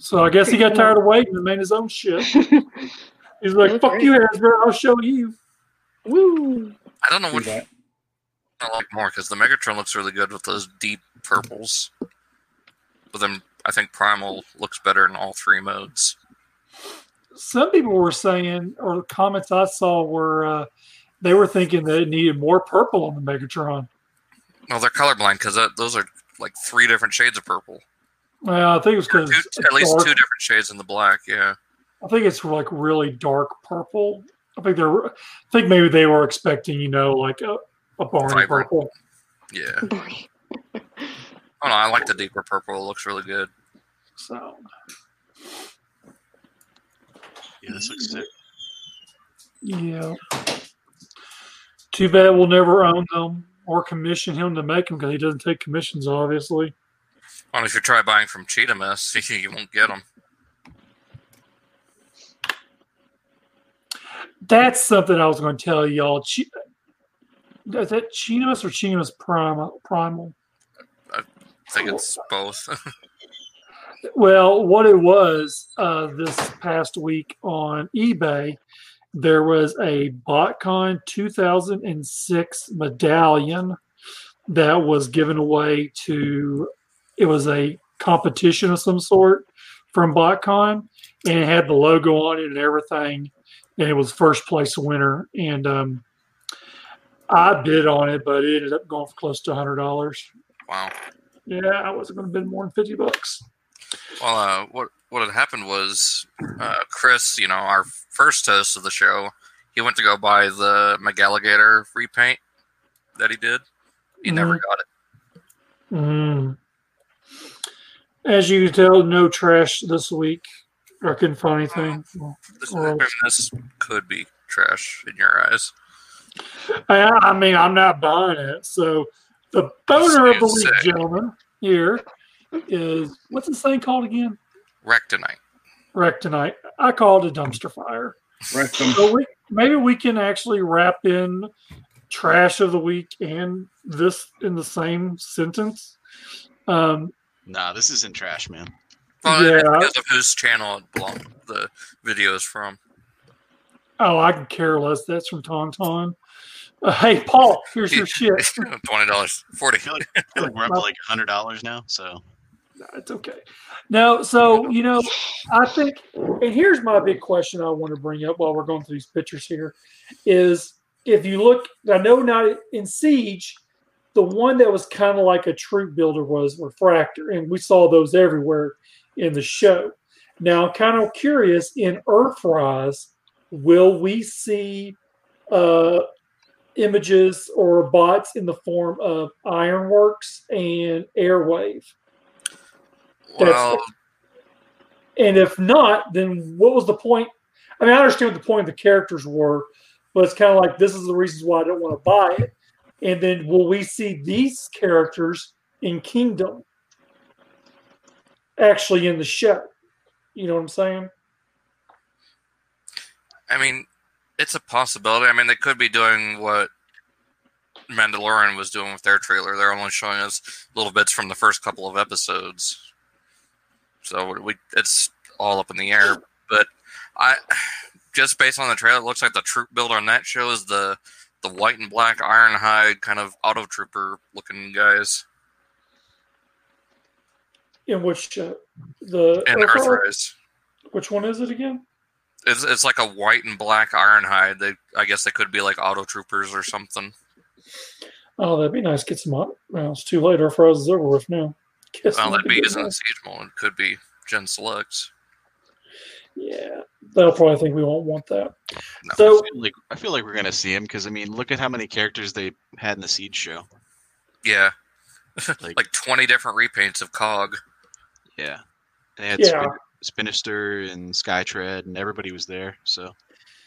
[SPEAKER 4] So I guess he got tired of waiting and made his own shit. He's like,
[SPEAKER 3] That's
[SPEAKER 4] fuck
[SPEAKER 3] great.
[SPEAKER 4] you, Hasbro, I'll show you.
[SPEAKER 3] Woo.
[SPEAKER 1] I don't know
[SPEAKER 8] Do
[SPEAKER 1] what
[SPEAKER 8] that.
[SPEAKER 1] I like more because the Megatron looks really good with those deep purples. But then I think Primal looks better in all three modes.
[SPEAKER 4] Some people were saying, or the comments I saw were, uh, they were thinking that it needed more purple on the Megatron.
[SPEAKER 1] Well, they're colorblind because those are like three different shades of purple.
[SPEAKER 4] Well, I think it was because
[SPEAKER 1] Two- at least two different shades in the black. Yeah,
[SPEAKER 4] I think it's like really dark purple. I think they're. I think maybe they were expecting, you know, like a, a barney
[SPEAKER 1] Vibrant.
[SPEAKER 4] purple.
[SPEAKER 1] yeah. Oh no, I like the deeper purple. It looks really good.
[SPEAKER 4] So
[SPEAKER 5] Yeah, this looks sick.
[SPEAKER 4] yeah. Too bad we'll never own them or commission him to make them because he doesn't take commissions, obviously.
[SPEAKER 1] Well, Oh, if you try buying from Cheetah Mess, you won't get them.
[SPEAKER 4] That's something I was going to tell y'all. Chi- Is that Chinamus or Chinamus Primal? Primal?
[SPEAKER 1] I think it's both.
[SPEAKER 4] Well, what it was uh, this past week on eBay, there was a BotCon 2006 medallion that was given away to. It was a competition of some sort from BotCon, and it had the logo on it and everything, and it was first place winner. And um, I bid on it, but it ended up going for close to hundred dollars.
[SPEAKER 1] wow.
[SPEAKER 4] Yeah, I wasn't going to bid more than fifty bucks.
[SPEAKER 1] Well, uh, what what had happened was uh, Chris, you know, our first host of the show, he went to go buy the McAlligator repaint that he did. He never got it.
[SPEAKER 4] Mm. As you can tell, no trash this week. I couldn't find anything.
[SPEAKER 1] This,
[SPEAKER 4] Well-
[SPEAKER 1] I mean, this could be trash in your eyes.
[SPEAKER 4] I, I mean, I'm not buying it. So the boner of the
[SPEAKER 1] Sounds
[SPEAKER 4] week,
[SPEAKER 1] sick.
[SPEAKER 4] gentlemen, here is what's this thing called again?
[SPEAKER 1] Rectonite.
[SPEAKER 4] Rectonite. I call it a dumpster fire.
[SPEAKER 9] Rest them.
[SPEAKER 4] So we, maybe we can actually wrap in trash of the week and this in the same sentence. Um,
[SPEAKER 5] Nah, this isn't trash, man.
[SPEAKER 1] Well, yeah.
[SPEAKER 4] Yeah.
[SPEAKER 1] because of whose channel it belong, the video is from.
[SPEAKER 4] oh, I can care less. That's from Tauntaun. Uh, hey, Paul, here's your shit.
[SPEAKER 1] Twenty dollars, forty.
[SPEAKER 5] I feel like we're up to like hundred dollars now. So
[SPEAKER 4] it's okay. No, so you know, I think, and here's my big question I want to bring up while we're going through these pictures here, is if you look, I know not in Siege, the one that was kind of like a troop builder was Refractor, and we saw those everywhere in the show. Now, I'm kind of curious in Earthrise, will we see uh, images or bots in the form of Ironworks and Airwave?
[SPEAKER 1] Well,
[SPEAKER 4] And if not, then what was the point? I mean, I understand what the point of the characters were, but it's kind of like this is the reasons why I don't want to buy it. And then will we see these characters in Kingdom actually in the show? You know what I'm saying?
[SPEAKER 1] I mean, it's a possibility. I mean, they could be doing what Mandalorian was doing with their trailer. They're only showing us little bits from the first couple of episodes, so we it's all up in the air. But I just based on the trailer, it looks like the troop builder on that show is the the white and black Ironhide kind of auto trooper looking guys
[SPEAKER 4] In which show? The
[SPEAKER 1] and
[SPEAKER 4] Earthrise?
[SPEAKER 1] Earthrise.
[SPEAKER 4] Which one is it again?
[SPEAKER 1] It's, it's like a white and black Ironhide. They I guess they could be like auto troopers or something.
[SPEAKER 4] Oh, that'd be nice. Get some up. Well, it's too late. Our froze is over with now. Kiss
[SPEAKER 1] Well,
[SPEAKER 4] my
[SPEAKER 1] that'd be
[SPEAKER 4] goodness.
[SPEAKER 1] isn't a siege mode. It could be Gen Selects.
[SPEAKER 4] Yeah, they'll probably think we won't want that.
[SPEAKER 1] No.
[SPEAKER 5] I
[SPEAKER 4] So
[SPEAKER 5] feel like I feel like we're gonna see him because I mean, look at how many characters they had in the Siege show.
[SPEAKER 1] Yeah,
[SPEAKER 5] Like,
[SPEAKER 1] like twenty different repaints of Cog.
[SPEAKER 5] yeah, they had
[SPEAKER 4] Yeah.
[SPEAKER 5] Spin- Spinister and Skytread, and everybody was there. So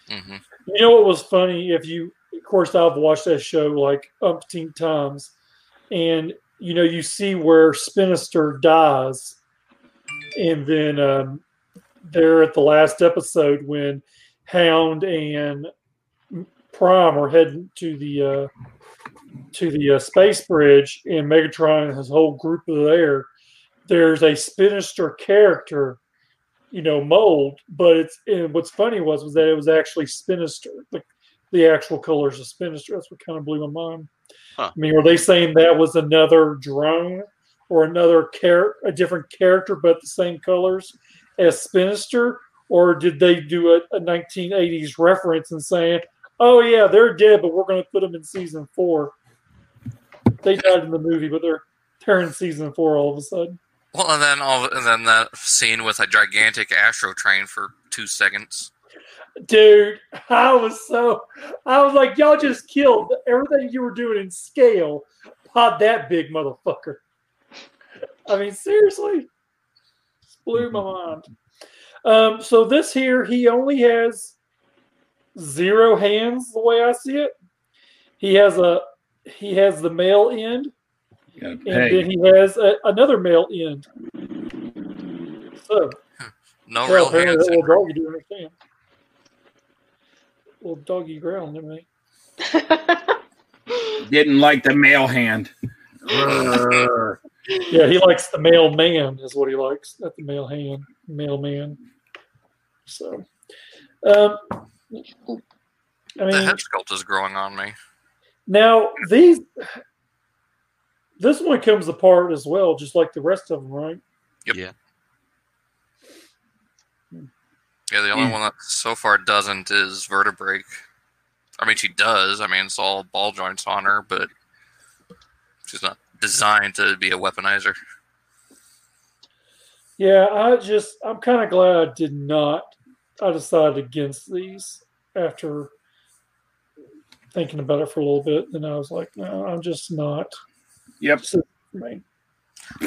[SPEAKER 1] hmm
[SPEAKER 4] You know what was funny? If you, of course, I've watched that show like umpteen times, and you know you see where Spinister dies, and then um, there at the last episode when Hound and Prime are heading to the uh, to the uh, space bridge, and Megatron and his whole group are there. There's a Spinister character you know mold but it's and what's funny was was that it was actually spinister the, the actual colors of spinister that's what kind of blew my mind
[SPEAKER 5] Huh.
[SPEAKER 4] I mean, are they saying that was another drone or another char- a different character but the same colors as Spinister? Or did they do a, a 1980s reference and saying, oh, yeah, they're dead, but we're going to put them in season four? They died in the movie, but they're, they're in season four all of a sudden.
[SPEAKER 1] Well, and then all, and then that scene with a gigantic Astro train for two seconds.
[SPEAKER 4] Dude, I was so, I was like, y'all just killed everything you were doing in scale. Pod that big motherfucker. I mean, seriously, just blew my mind. Um, so this here, he only has zero hands, the way I see it. He has a, he has the male end,
[SPEAKER 9] You gotta
[SPEAKER 4] and then
[SPEAKER 9] pay.
[SPEAKER 4] he has a, another male end. So
[SPEAKER 1] No
[SPEAKER 4] well,
[SPEAKER 1] real
[SPEAKER 4] apparently
[SPEAKER 1] hands.
[SPEAKER 4] that little doggy do understand. Little doggy growling at me.
[SPEAKER 9] Didn't like the male hand. Grrr.
[SPEAKER 4] Yeah, he likes the male man is what he likes, not the male hand, male man. So, um, I
[SPEAKER 1] The
[SPEAKER 4] mean,
[SPEAKER 1] head sculpt is growing on me.
[SPEAKER 4] now these, this one comes apart as well, just like the rest of them, right?
[SPEAKER 1] Yeah, the only
[SPEAKER 9] Hmm.
[SPEAKER 1] one that so far doesn't is vertebrae. I mean, she does. I mean, it's all ball joints on her, but she's not designed to be a weaponizer.
[SPEAKER 4] Yeah, I just I'm kind of glad I did not. I decided against these after thinking about it for a little bit. Then I was like, no, I'm just not.
[SPEAKER 9] Yep.
[SPEAKER 4] This isn't for me.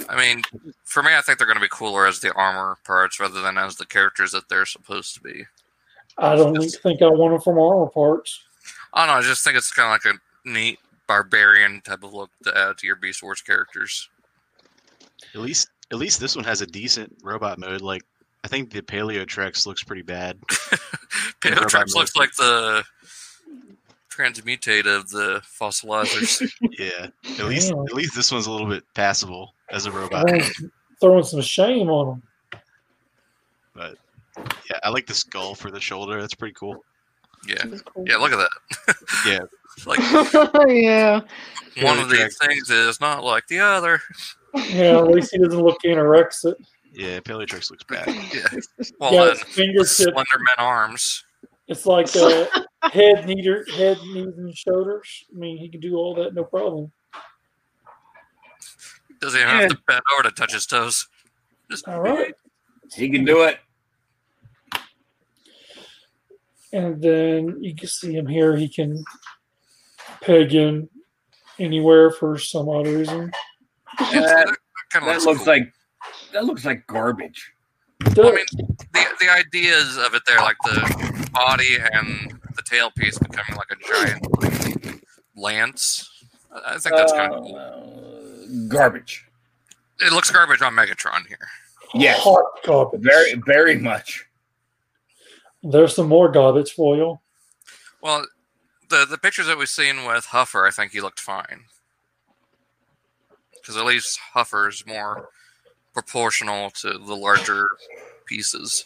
[SPEAKER 1] I mean, for me, I think they're going to be cooler as the armor parts rather than as the characters that they're supposed to be.
[SPEAKER 4] I don't think I want them from armor parts.
[SPEAKER 1] I don't know. I just think it's kind of like a neat barbarian type of look to add to your Beast Wars characters.
[SPEAKER 5] At least, at least this one has a decent robot mode. Like, I think the Paleo Trex looks pretty bad. Yeah,
[SPEAKER 1] Pinot
[SPEAKER 5] robot
[SPEAKER 1] Traps looks like the transmutate of the fossilizers.
[SPEAKER 5] Yeah. At least,
[SPEAKER 4] Yeah.
[SPEAKER 5] at least this one's a little bit passable as a robot.
[SPEAKER 4] Throwing, throwing some shame on them.
[SPEAKER 5] Yeah, I like the skull for the shoulder. That's pretty cool.
[SPEAKER 1] yeah. Yeah, look at that.
[SPEAKER 5] Yeah.
[SPEAKER 1] like
[SPEAKER 3] yeah.
[SPEAKER 1] one of
[SPEAKER 5] Pinot
[SPEAKER 1] these things is not like the other.
[SPEAKER 4] Yeah, at least he doesn't look anorexic.
[SPEAKER 5] Yeah, Paleo Trex looks bad.
[SPEAKER 1] Yeah. Well,
[SPEAKER 4] yeah,
[SPEAKER 1] then,
[SPEAKER 4] his fingertip.
[SPEAKER 1] Slenderman arms.
[SPEAKER 4] It's like uh, head, needer, head, knees, and shoulders. I mean, he can do all that no problem.
[SPEAKER 1] Doesn't even have to bend over to touch his toes. Just-
[SPEAKER 4] All right.
[SPEAKER 9] He can do it.
[SPEAKER 4] And then you can see him here. He can peg in anywhere for some odd reason.
[SPEAKER 1] Yeah,
[SPEAKER 9] That-
[SPEAKER 1] that kind of
[SPEAKER 9] That
[SPEAKER 1] looks,
[SPEAKER 9] looks
[SPEAKER 1] cool.
[SPEAKER 9] like that looks like garbage.
[SPEAKER 1] Well, I mean, the the ideas of it there, like the body and the tail piece becoming like a giant lance. I- I think that's
[SPEAKER 4] Oh.
[SPEAKER 1] kind of cool.
[SPEAKER 9] Uh, garbage.
[SPEAKER 1] It looks garbage on Megatron here.
[SPEAKER 9] Yes,
[SPEAKER 4] Hot garbage.
[SPEAKER 9] very very much.
[SPEAKER 4] There's some more garbage for you.
[SPEAKER 1] Well, the the pictures that we've seen with Huffer, I think he looked fine. Because at least Huffer's more proportional to the larger pieces.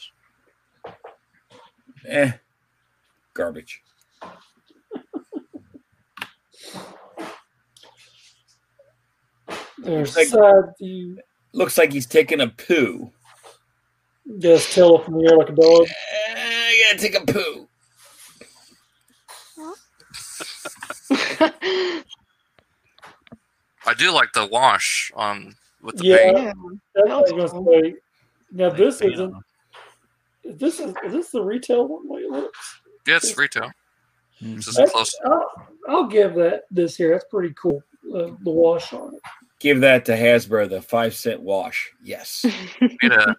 [SPEAKER 9] Eh, garbage.
[SPEAKER 4] There's
[SPEAKER 9] Like-
[SPEAKER 4] side view.
[SPEAKER 9] Looks like he's taking a poo.
[SPEAKER 4] Just tail up in the air like a dog.
[SPEAKER 9] I gotta take a poo.
[SPEAKER 1] I do like the wash on with the
[SPEAKER 4] Yeah.
[SPEAKER 1] paint.
[SPEAKER 3] yeah.
[SPEAKER 4] That's what I was
[SPEAKER 3] That
[SPEAKER 4] gonna say. Now
[SPEAKER 5] Like,
[SPEAKER 4] this
[SPEAKER 5] you
[SPEAKER 4] isn't.
[SPEAKER 5] know,
[SPEAKER 4] Is this is, is this the retail one? Wait, look.
[SPEAKER 1] Yeah, it's retail. This is
[SPEAKER 4] That's-
[SPEAKER 1] close.
[SPEAKER 4] I'll, I'll give that this here. That's pretty cool. Uh, the wash on it.
[SPEAKER 9] Give that to Hasbro, the five cent wash. Yes.
[SPEAKER 1] Need a,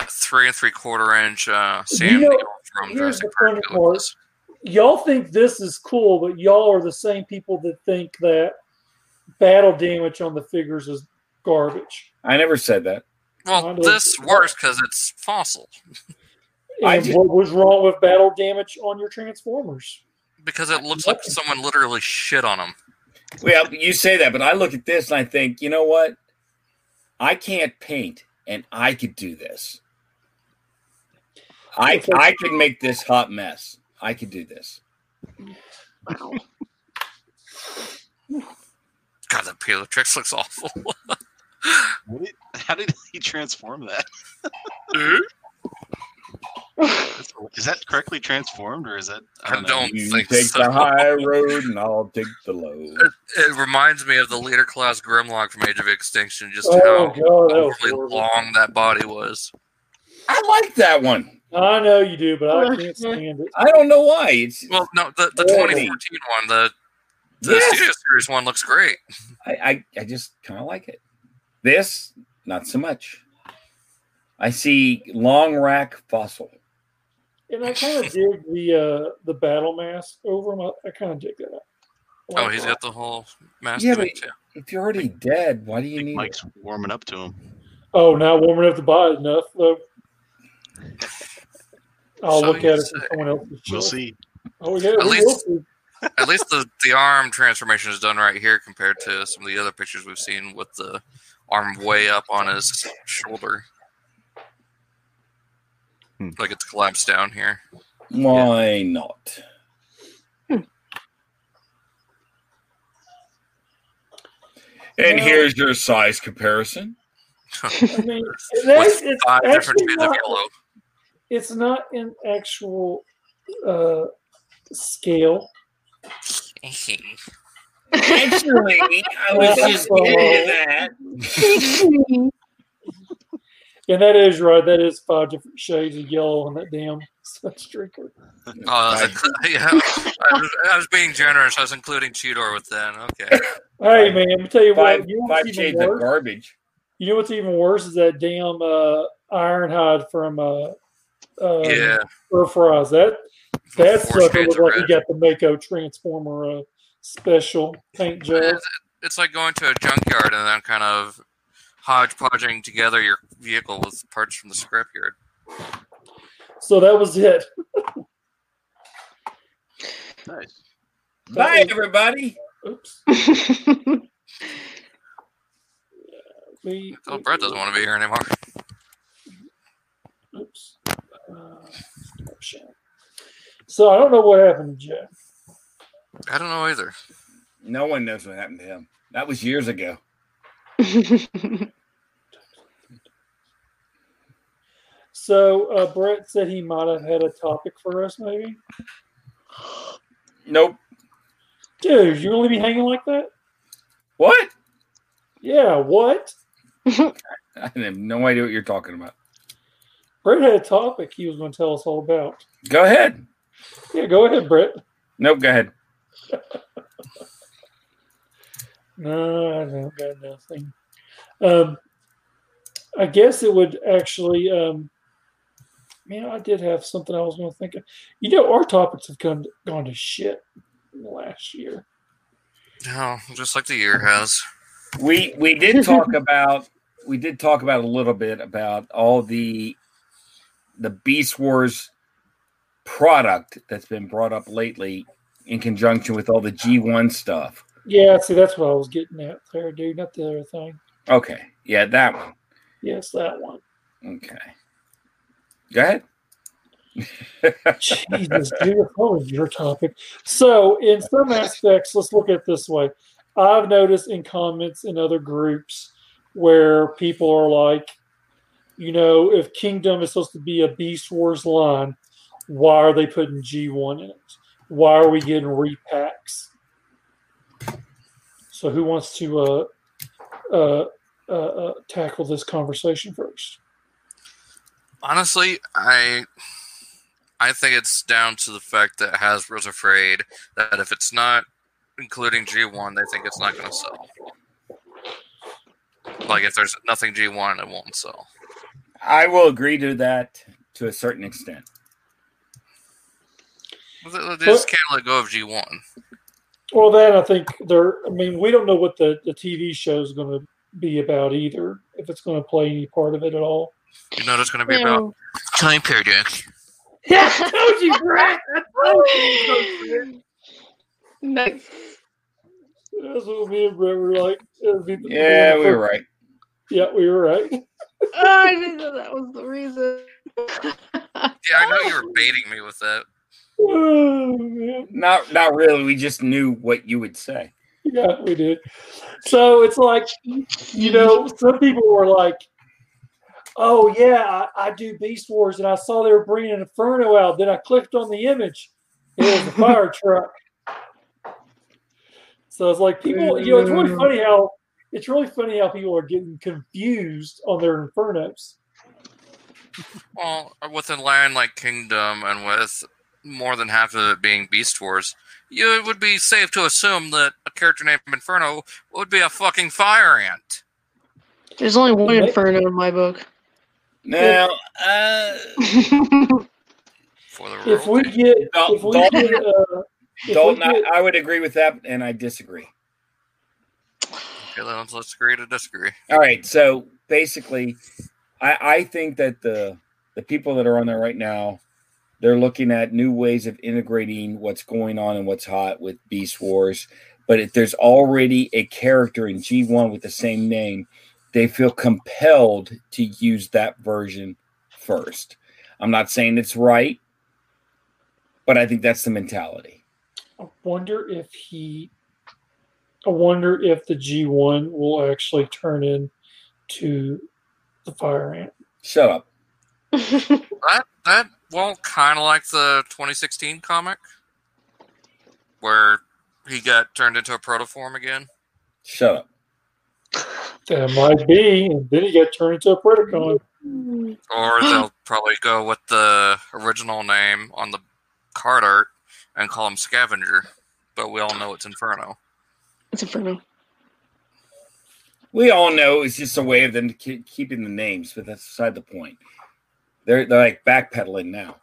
[SPEAKER 1] a three and three quarter inch uh, Sam
[SPEAKER 4] know-
[SPEAKER 1] Neill from
[SPEAKER 4] here's
[SPEAKER 1] Jurassic
[SPEAKER 4] the
[SPEAKER 1] Park.
[SPEAKER 4] funny
[SPEAKER 1] to go with
[SPEAKER 4] part.
[SPEAKER 1] this.
[SPEAKER 4] Y'all think this is cool, but y'all are the same people that think that battle damage on the figures is garbage.
[SPEAKER 9] I never said that.
[SPEAKER 1] Well,
[SPEAKER 4] Mine is-
[SPEAKER 1] this works because it's fossil.
[SPEAKER 9] I
[SPEAKER 4] And
[SPEAKER 9] just-
[SPEAKER 4] what was wrong with battle damage on your Transformers?
[SPEAKER 1] Because it looks like someone literally shit on him.
[SPEAKER 9] Well, you say that, but I look at this and I think, you know what? I can't paint, and I could do this. I I could make this hot mess. I could do this.
[SPEAKER 1] God, that Paleotrix looks awful.
[SPEAKER 5] What did- How did he transform that? Is that correctly transformed, or is that? I don't know.
[SPEAKER 1] I don't
[SPEAKER 8] You
[SPEAKER 1] think
[SPEAKER 8] take
[SPEAKER 1] so.
[SPEAKER 8] the high road and I'll take the low.
[SPEAKER 1] It reminds me of the leader class Grimlock from Age of Extinction, just
[SPEAKER 4] Oh,
[SPEAKER 1] how
[SPEAKER 4] God, that was
[SPEAKER 1] awfully
[SPEAKER 4] horrible.
[SPEAKER 1] long that body was.
[SPEAKER 8] I like that one.
[SPEAKER 4] I know you do, but I can't stand it.
[SPEAKER 8] I don't know why. It's
[SPEAKER 1] Well, no, the, the
[SPEAKER 8] Really?
[SPEAKER 1] 2014 one, the, the
[SPEAKER 8] Yes!
[SPEAKER 1] Studio Series one looks great.
[SPEAKER 8] I, I, I just kind of like it. This, not so much. I see long rack fossil.
[SPEAKER 4] And I kind of dig the uh, the battle mask over him. I, I kind of dig that. I
[SPEAKER 1] Oh,
[SPEAKER 4] like
[SPEAKER 1] he's
[SPEAKER 4] that.
[SPEAKER 1] got the whole mask
[SPEAKER 8] Yeah,
[SPEAKER 1] thing,
[SPEAKER 8] but-
[SPEAKER 1] too.
[SPEAKER 8] If you're already dead, why do
[SPEAKER 5] I
[SPEAKER 8] you
[SPEAKER 5] think
[SPEAKER 8] need
[SPEAKER 5] Mike's warming up to him.
[SPEAKER 4] Oh, not warm enough to buy it enough though. I'll
[SPEAKER 1] So
[SPEAKER 4] look
[SPEAKER 1] you
[SPEAKER 4] at it from
[SPEAKER 1] say.
[SPEAKER 4] someone else's
[SPEAKER 5] We'll
[SPEAKER 4] shelf.
[SPEAKER 5] see.
[SPEAKER 4] Oh, yeah,
[SPEAKER 1] At
[SPEAKER 4] we
[SPEAKER 1] least-
[SPEAKER 4] will see.
[SPEAKER 1] At least the, the arm transformation is done right here compared to some of the other pictures we've seen with the arm way up on his shoulder.
[SPEAKER 7] Hmm.
[SPEAKER 1] Like it's collapsed down here.
[SPEAKER 8] it? Why not?
[SPEAKER 4] Hmm.
[SPEAKER 8] And
[SPEAKER 4] Well-
[SPEAKER 8] here's your size comparison.
[SPEAKER 4] I mean, that's,
[SPEAKER 1] With
[SPEAKER 4] it's
[SPEAKER 1] five different
[SPEAKER 4] actually
[SPEAKER 1] shades of
[SPEAKER 4] not,
[SPEAKER 1] yellow.
[SPEAKER 4] it's not an actual uh, scale.
[SPEAKER 8] Actually, I
[SPEAKER 4] was just getting
[SPEAKER 8] that.
[SPEAKER 4] And that is right. That is five different shades of yellow on that damn such drinker.
[SPEAKER 1] Uh, yeah, I was, I was being generous. I was including Cheetor with that. Okay.
[SPEAKER 4] Hey man, let me tell you
[SPEAKER 8] Five,
[SPEAKER 4] what. You know
[SPEAKER 8] five
[SPEAKER 4] what's even
[SPEAKER 8] shades of
[SPEAKER 4] worse?
[SPEAKER 8] garbage.
[SPEAKER 4] You know what's even worse is that damn uh, Ironhide from uh, uh,
[SPEAKER 1] Yeah.
[SPEAKER 4] Fur Fries. That that
[SPEAKER 1] Four
[SPEAKER 4] sucker
[SPEAKER 1] shades
[SPEAKER 4] looked
[SPEAKER 1] of
[SPEAKER 4] like he
[SPEAKER 1] red.
[SPEAKER 4] got the Mako Transformer uh, special paint job.
[SPEAKER 1] It's, it's like going to a junkyard and then kind of hodgepodging together your vehicle with parts from the scrapyard.
[SPEAKER 4] So that was it.
[SPEAKER 5] Nice.
[SPEAKER 8] Bye, everybody.
[SPEAKER 4] Oops. We,
[SPEAKER 1] Oh, Brett doesn't want to be here anymore.
[SPEAKER 4] Oops. Uh, shit. so I don't know what happened to Jeff.
[SPEAKER 1] I don't know either.
[SPEAKER 8] No one knows what happened to him. That was years ago.
[SPEAKER 4] So uh, Brett said he might have had a topic for us, maybe.
[SPEAKER 8] Nope.
[SPEAKER 4] Dude, you really be hanging like that?
[SPEAKER 8] What?
[SPEAKER 4] Yeah. What?
[SPEAKER 8] I have no idea what you're talking about.
[SPEAKER 4] Brett had a topic he was going to tell us all about.
[SPEAKER 8] Go ahead.
[SPEAKER 4] Yeah, go ahead, Brett.
[SPEAKER 8] Nope. Go ahead.
[SPEAKER 4] No, I don't got nothing. Um, I guess it would actually. Um, man, I did have something I was going to think of. You know, our topics have come gone to shit in the last year.
[SPEAKER 1] No, just like the year has.
[SPEAKER 8] We we did talk about we did talk about a little bit about all the the Beast Wars product that's been brought up lately in conjunction with all the G1 stuff.
[SPEAKER 4] Yeah, see, that's what I was getting at there, dude. Not the other thing.
[SPEAKER 8] Okay. Yeah, that one.
[SPEAKER 4] Yes, that one.
[SPEAKER 8] Okay. Go ahead.
[SPEAKER 4] Jesus, dude, what was your topic? So, in some aspects, let's look at it this way. I've noticed in comments in other groups where people are like, you know, if Kingdom is supposed to be a Beast Wars line, why are they putting G1 in it? Why are we getting repacks? So, who wants to uh, uh, uh, uh, tackle this conversation first?
[SPEAKER 1] Honestly, I I think it's down to the fact that Hasbro's afraid that if it's not including G1, they think it's not going to sell. Like if there's nothing G1, it won't sell.
[SPEAKER 8] I will agree to that to a certain extent.
[SPEAKER 1] They they just can't let go of G1.
[SPEAKER 4] Well, then I think there. I mean, we don't know what the, the TV show is going to be about either. If it's going to play any part of it at all.
[SPEAKER 1] You know, it's going to be about time period.
[SPEAKER 3] Yeah.
[SPEAKER 4] Told you, Brett.
[SPEAKER 3] nice.
[SPEAKER 4] That's what me and Brett were like. It'll be the-
[SPEAKER 8] Yeah, we were right.
[SPEAKER 4] Yeah, we were right.
[SPEAKER 3] Oh, I didn't know that was the reason.
[SPEAKER 1] Yeah, I know you were baiting me with that.
[SPEAKER 4] Oh, man.
[SPEAKER 8] Not not really. We just knew what you would say.
[SPEAKER 4] yeah, we did. So it's like, you know, some people were like, oh, yeah, I, I do Beast Wars, and I saw they were bringing an Inferno out. Then I clicked on the image, it was a fire truck. So it's like people, you know, it's really funny how it's really funny how people are getting confused on their infernos.
[SPEAKER 1] Well, within Lion Like Kingdom and with more than half of it being Beast Wars, you, it would be safe to assume that a character named Inferno would be a fucking fire ant.
[SPEAKER 10] There's only one Inferno in my book.
[SPEAKER 8] Now, uh,
[SPEAKER 1] For the
[SPEAKER 4] If we
[SPEAKER 1] royalty.
[SPEAKER 4] get, if we
[SPEAKER 8] Dalton-
[SPEAKER 4] get, uh, if
[SPEAKER 8] Dalton,
[SPEAKER 4] we
[SPEAKER 8] I,
[SPEAKER 4] get
[SPEAKER 8] I would agree with that, and I disagree.
[SPEAKER 1] Okay, let's, let's agree to disagree.
[SPEAKER 8] All right, so basically, I, I think that the the people that are on there right now, they're looking at new ways of integrating what's going on and what's hot with Beast Wars. But if there's already a character in G1 with the same name, they feel compelled to use that version first. I'm not saying it's right, but I think that's the mentality.
[SPEAKER 4] I wonder if he. I wonder if the G1 will actually turn in to the fire ant.
[SPEAKER 8] Shut up.
[SPEAKER 1] That that well, kind of like the 2016 comic where he got turned into a protoform again.
[SPEAKER 8] Shut up.
[SPEAKER 4] That might be, and then he got turned into a Predacon.
[SPEAKER 1] Or they'll probably go with the original name on the card art and call him Scavenger, but we all know it's Inferno.
[SPEAKER 10] It's Inferno.
[SPEAKER 8] We all know it's just a way of them ke- keeping the names, but that's beside the point. They're they're like backpedaling now.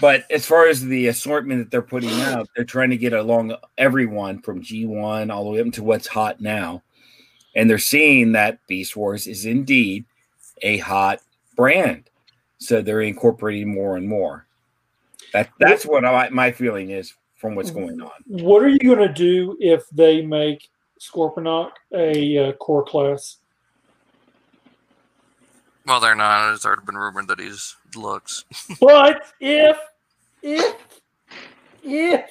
[SPEAKER 8] But as far as the assortment that they're putting out, they're trying to get along everyone from G1 all the way up to what's hot now. And they're seeing that Beast Wars is indeed a hot brand. So they're incorporating more and more. That that's what I, my feeling is from what's going on.
[SPEAKER 4] What are you going to do if they make Scorponok a uh, core class?
[SPEAKER 1] Well, they're not. It's already been rumored that he's looks.
[SPEAKER 4] But if, if, if,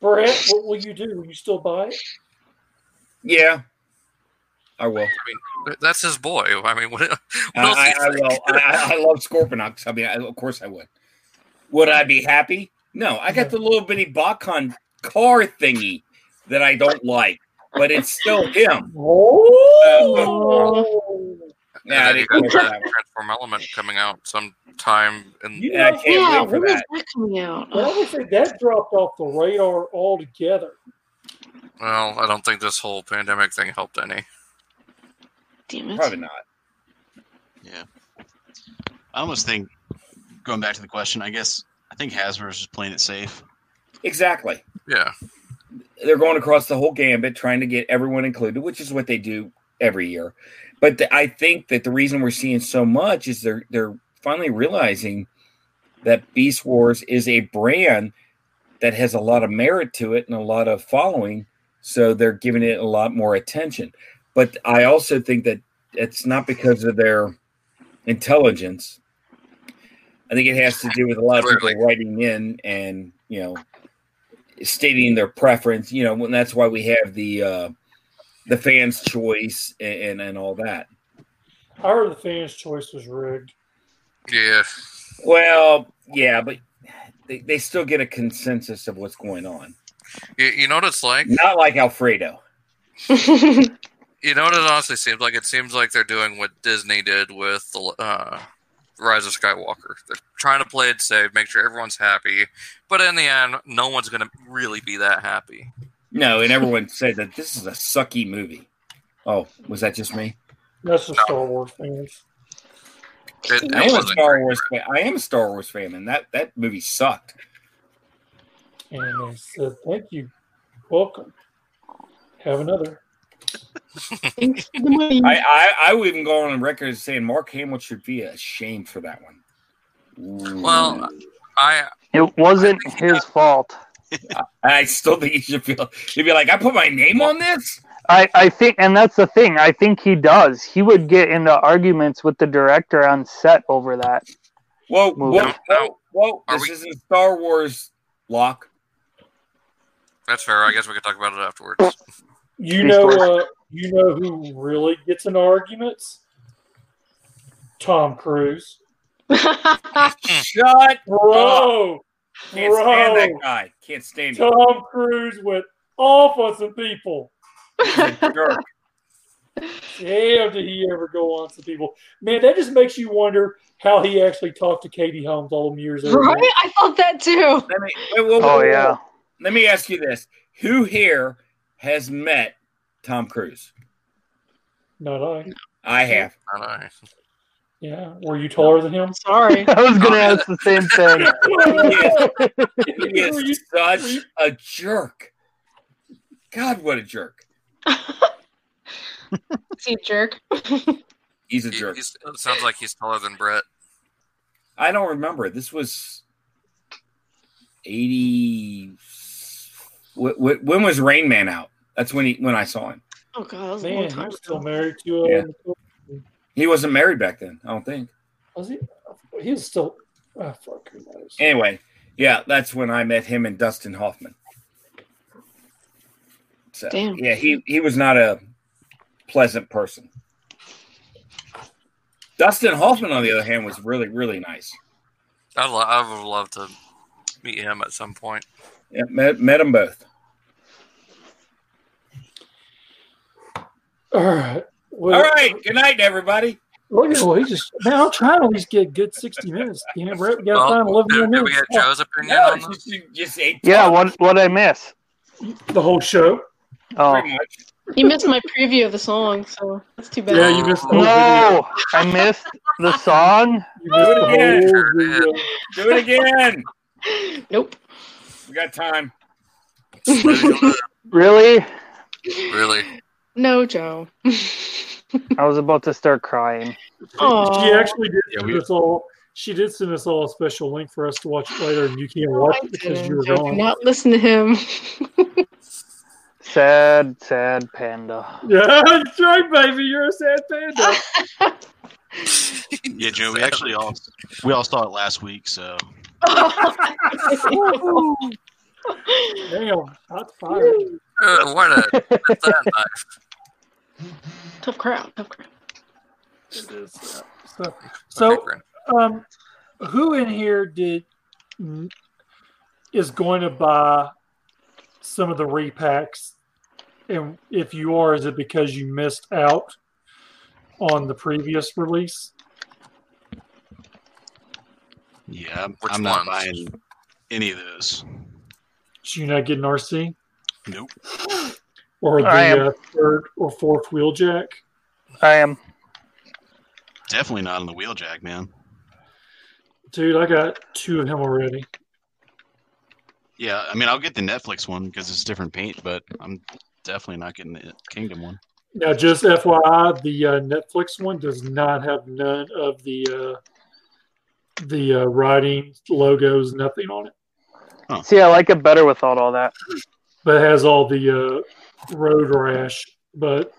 [SPEAKER 4] Brett, what will you do? Will you still buy it?
[SPEAKER 8] Yeah. I will.
[SPEAKER 1] That's his boy. I mean, what, what else
[SPEAKER 8] Uh, I,
[SPEAKER 1] do
[SPEAKER 8] I, I
[SPEAKER 1] you think?
[SPEAKER 8] will. I- I, I love Scorpionox. I mean, I, of course I would. Would I be happy? No. I got the little bitty Bacon car thingy that I don't like, but it's still him.
[SPEAKER 4] Oh,
[SPEAKER 8] Yeah, I
[SPEAKER 1] And then you
[SPEAKER 8] didn't
[SPEAKER 1] got the
[SPEAKER 8] go for that one.
[SPEAKER 1] Transform Element coming out sometime in
[SPEAKER 4] You
[SPEAKER 8] And I
[SPEAKER 4] know,
[SPEAKER 8] can't
[SPEAKER 10] yeah,
[SPEAKER 8] wait for
[SPEAKER 10] when is
[SPEAKER 8] that.
[SPEAKER 10] that coming out?
[SPEAKER 4] Well, I would say that dropped off the radar altogether.
[SPEAKER 1] Well, I don't think this whole pandemic thing helped any.
[SPEAKER 10] Damn it.
[SPEAKER 8] Probably not.
[SPEAKER 5] I almost think, going back to the question, I guess I think Hasbro's just playing it safe.
[SPEAKER 8] Exactly.
[SPEAKER 1] Yeah.
[SPEAKER 8] They're going across the whole gambit, trying to get everyone included, which is what they do every year. But the, I think that the reason we're seeing so much is they're they're finally realizing that Beast Wars is a brand that has a lot of merit to it and a lot of following. So they're giving it a lot more attention. But I also think that it's not because of their intelligence. I think it has to do with a lot of people
[SPEAKER 1] Clearly.
[SPEAKER 8] writing in and, you know, stating their preference, you know, and that's why we have the uh the fans choice and and, and all that.
[SPEAKER 4] I heard the fans' choice was rigged.
[SPEAKER 1] Yeah.
[SPEAKER 8] Well, yeah, but they, they still get a consensus of what's going on.
[SPEAKER 1] You, you know what it's like?
[SPEAKER 8] Not like Alfredo.
[SPEAKER 1] You know what it honestly seems like? It seems like they're doing what Disney did with the uh, Rise of Skywalker. They're trying to play it safe, make sure everyone's happy, but in the end, no one's going to really be that happy.
[SPEAKER 8] No, and everyone said that this is a sucky movie. Oh, was that just me?
[SPEAKER 4] That's the Star Wars fans.
[SPEAKER 1] It,
[SPEAKER 8] I
[SPEAKER 1] it
[SPEAKER 8] am a
[SPEAKER 1] wasn't.
[SPEAKER 8] Star Wars fan. I am a Star Wars fan, and that that movie sucked.
[SPEAKER 4] And they said, thank you. Welcome. Have another.
[SPEAKER 3] Thanks for the money.
[SPEAKER 8] I I, I would even go on record as saying Mark Hamill should be ashamed for that one.
[SPEAKER 1] Well, I
[SPEAKER 2] It wasn't his fault.
[SPEAKER 8] I still think he should feel. He'd be like, I put my name on this.
[SPEAKER 2] I, I think, and that's the thing. I think he does. He would get into arguments with the director on set over that.
[SPEAKER 8] Whoa, whoa,
[SPEAKER 2] Movie.
[SPEAKER 8] whoa! whoa.
[SPEAKER 1] Are
[SPEAKER 8] This
[SPEAKER 1] we-
[SPEAKER 8] isn't Star Wars. Lock.
[SPEAKER 1] That's fair. I guess we could talk about it afterwards.
[SPEAKER 4] You know, uh, you know who really gets in arguments? Tom Cruise.
[SPEAKER 8] Shut
[SPEAKER 4] bro,
[SPEAKER 8] Oh, Can't
[SPEAKER 4] bro.
[SPEAKER 8] stand that guy. Can't stand him.
[SPEAKER 4] Tom Cruise went off on some people.
[SPEAKER 8] Jerk.
[SPEAKER 4] Damn, did he ever go on some people? Man, that just makes you wonder how he actually talked to Katie Holmes all them years ago.
[SPEAKER 10] Right? I thought that too.
[SPEAKER 8] Let me, wait, whoa, whoa,
[SPEAKER 2] Oh,
[SPEAKER 8] whoa,
[SPEAKER 2] yeah.
[SPEAKER 8] whoa. Let me ask you this: Who here has met Tom Cruise?
[SPEAKER 4] Not I.
[SPEAKER 8] I have.
[SPEAKER 1] I don't know.
[SPEAKER 4] Yeah. Were you taller than him?
[SPEAKER 10] Sorry.
[SPEAKER 2] I was going to ask the same thing.
[SPEAKER 8] He is such a jerk. God, what a jerk!
[SPEAKER 10] See, jerk.
[SPEAKER 8] He's a
[SPEAKER 1] He-
[SPEAKER 8] jerk.
[SPEAKER 1] he's- it sounds like he's taller than Brett.
[SPEAKER 8] I don't remember. This was eighty. Wh- wh- When was Rain Man out? That's when he when I saw him.
[SPEAKER 10] Oh, God. That was a long
[SPEAKER 4] Man, he
[SPEAKER 10] time
[SPEAKER 4] was still
[SPEAKER 10] ago.
[SPEAKER 4] married to. Uh,
[SPEAKER 8] Yeah. He wasn't married back then. I don't think.
[SPEAKER 4] Was he? He was still. Oh, fuck. Who knows?
[SPEAKER 8] Anyway, yeah, that's when I met him and Dustin Hoffman. So
[SPEAKER 10] Damn.
[SPEAKER 8] yeah, he he was not a pleasant person. Dustin Hoffman, on the other hand, was really really nice.
[SPEAKER 1] I'd lo- I would love to meet him at some point.
[SPEAKER 8] Yeah, met met them both.
[SPEAKER 4] All right. Well,
[SPEAKER 8] All right, good night, everybody.
[SPEAKER 4] Look at well, he just man. I'm trying to at least get good 60 minutes. Damn it, Brett. We got
[SPEAKER 1] Well,
[SPEAKER 4] to find
[SPEAKER 8] Oh,
[SPEAKER 4] 11
[SPEAKER 1] do,
[SPEAKER 4] more
[SPEAKER 1] do we
[SPEAKER 4] minutes.
[SPEAKER 1] get Joe's opinion
[SPEAKER 8] No,
[SPEAKER 1] on
[SPEAKER 8] it's
[SPEAKER 1] this?
[SPEAKER 8] just, you just ate
[SPEAKER 2] Yeah, what what I miss?
[SPEAKER 4] The whole show.
[SPEAKER 2] Oh
[SPEAKER 8] pretty much.
[SPEAKER 10] You missed my preview of the song, so that's too bad.
[SPEAKER 4] Yeah, you missed the whole video.
[SPEAKER 2] no, I missed the song.
[SPEAKER 4] You missed the
[SPEAKER 8] Yeah.
[SPEAKER 4] whole video.
[SPEAKER 8] Do it again.
[SPEAKER 10] Nope.
[SPEAKER 8] We got time.
[SPEAKER 2] Really?
[SPEAKER 1] really?
[SPEAKER 10] No, Joe.
[SPEAKER 2] I was about to start crying.
[SPEAKER 10] Aw.
[SPEAKER 4] She actually did
[SPEAKER 7] Yeah,
[SPEAKER 4] send
[SPEAKER 7] we-
[SPEAKER 4] us all. She did send us all a special link for us to watch it later, and you can't watch
[SPEAKER 10] I
[SPEAKER 4] it because you
[SPEAKER 10] didn't.
[SPEAKER 4] were
[SPEAKER 10] Joe, do
[SPEAKER 4] gone.
[SPEAKER 10] not listen to him.
[SPEAKER 2] Sad, sad panda.
[SPEAKER 4] Yeah, that's right, baby. You're a sad panda.
[SPEAKER 5] Yeah, Joe. We actually all we all saw it last week, so
[SPEAKER 4] Damn, that's fire.
[SPEAKER 1] Uh, what a that's that knife.
[SPEAKER 10] tough crowd. Tough crowd.
[SPEAKER 4] It is. yeah. So, so
[SPEAKER 1] Okay,
[SPEAKER 4] um, who in here did is going to buy some of the repacks? And if you are, is it because you missed out on the previous release?
[SPEAKER 5] yeah, I'm,
[SPEAKER 1] Which
[SPEAKER 5] I'm not
[SPEAKER 1] ones?
[SPEAKER 5] buying any of those.
[SPEAKER 4] So you're not getting RC
[SPEAKER 5] Nope.
[SPEAKER 4] or the
[SPEAKER 2] I am.
[SPEAKER 4] uh, third or fourth wheel jack?
[SPEAKER 2] I am.
[SPEAKER 5] Definitely not on the wheeljack, man.
[SPEAKER 4] Dude, I got two of him already.
[SPEAKER 5] Yeah, I mean, I'll get the Netflix one because it's different paint, but I'm definitely not getting the Kingdom one.
[SPEAKER 4] Now, just FYI, the uh, Netflix one does not have none of the uh, the uh, writing logos, nothing on it,
[SPEAKER 2] See, I like it better without all that.
[SPEAKER 4] but it has all the uh, road rash. But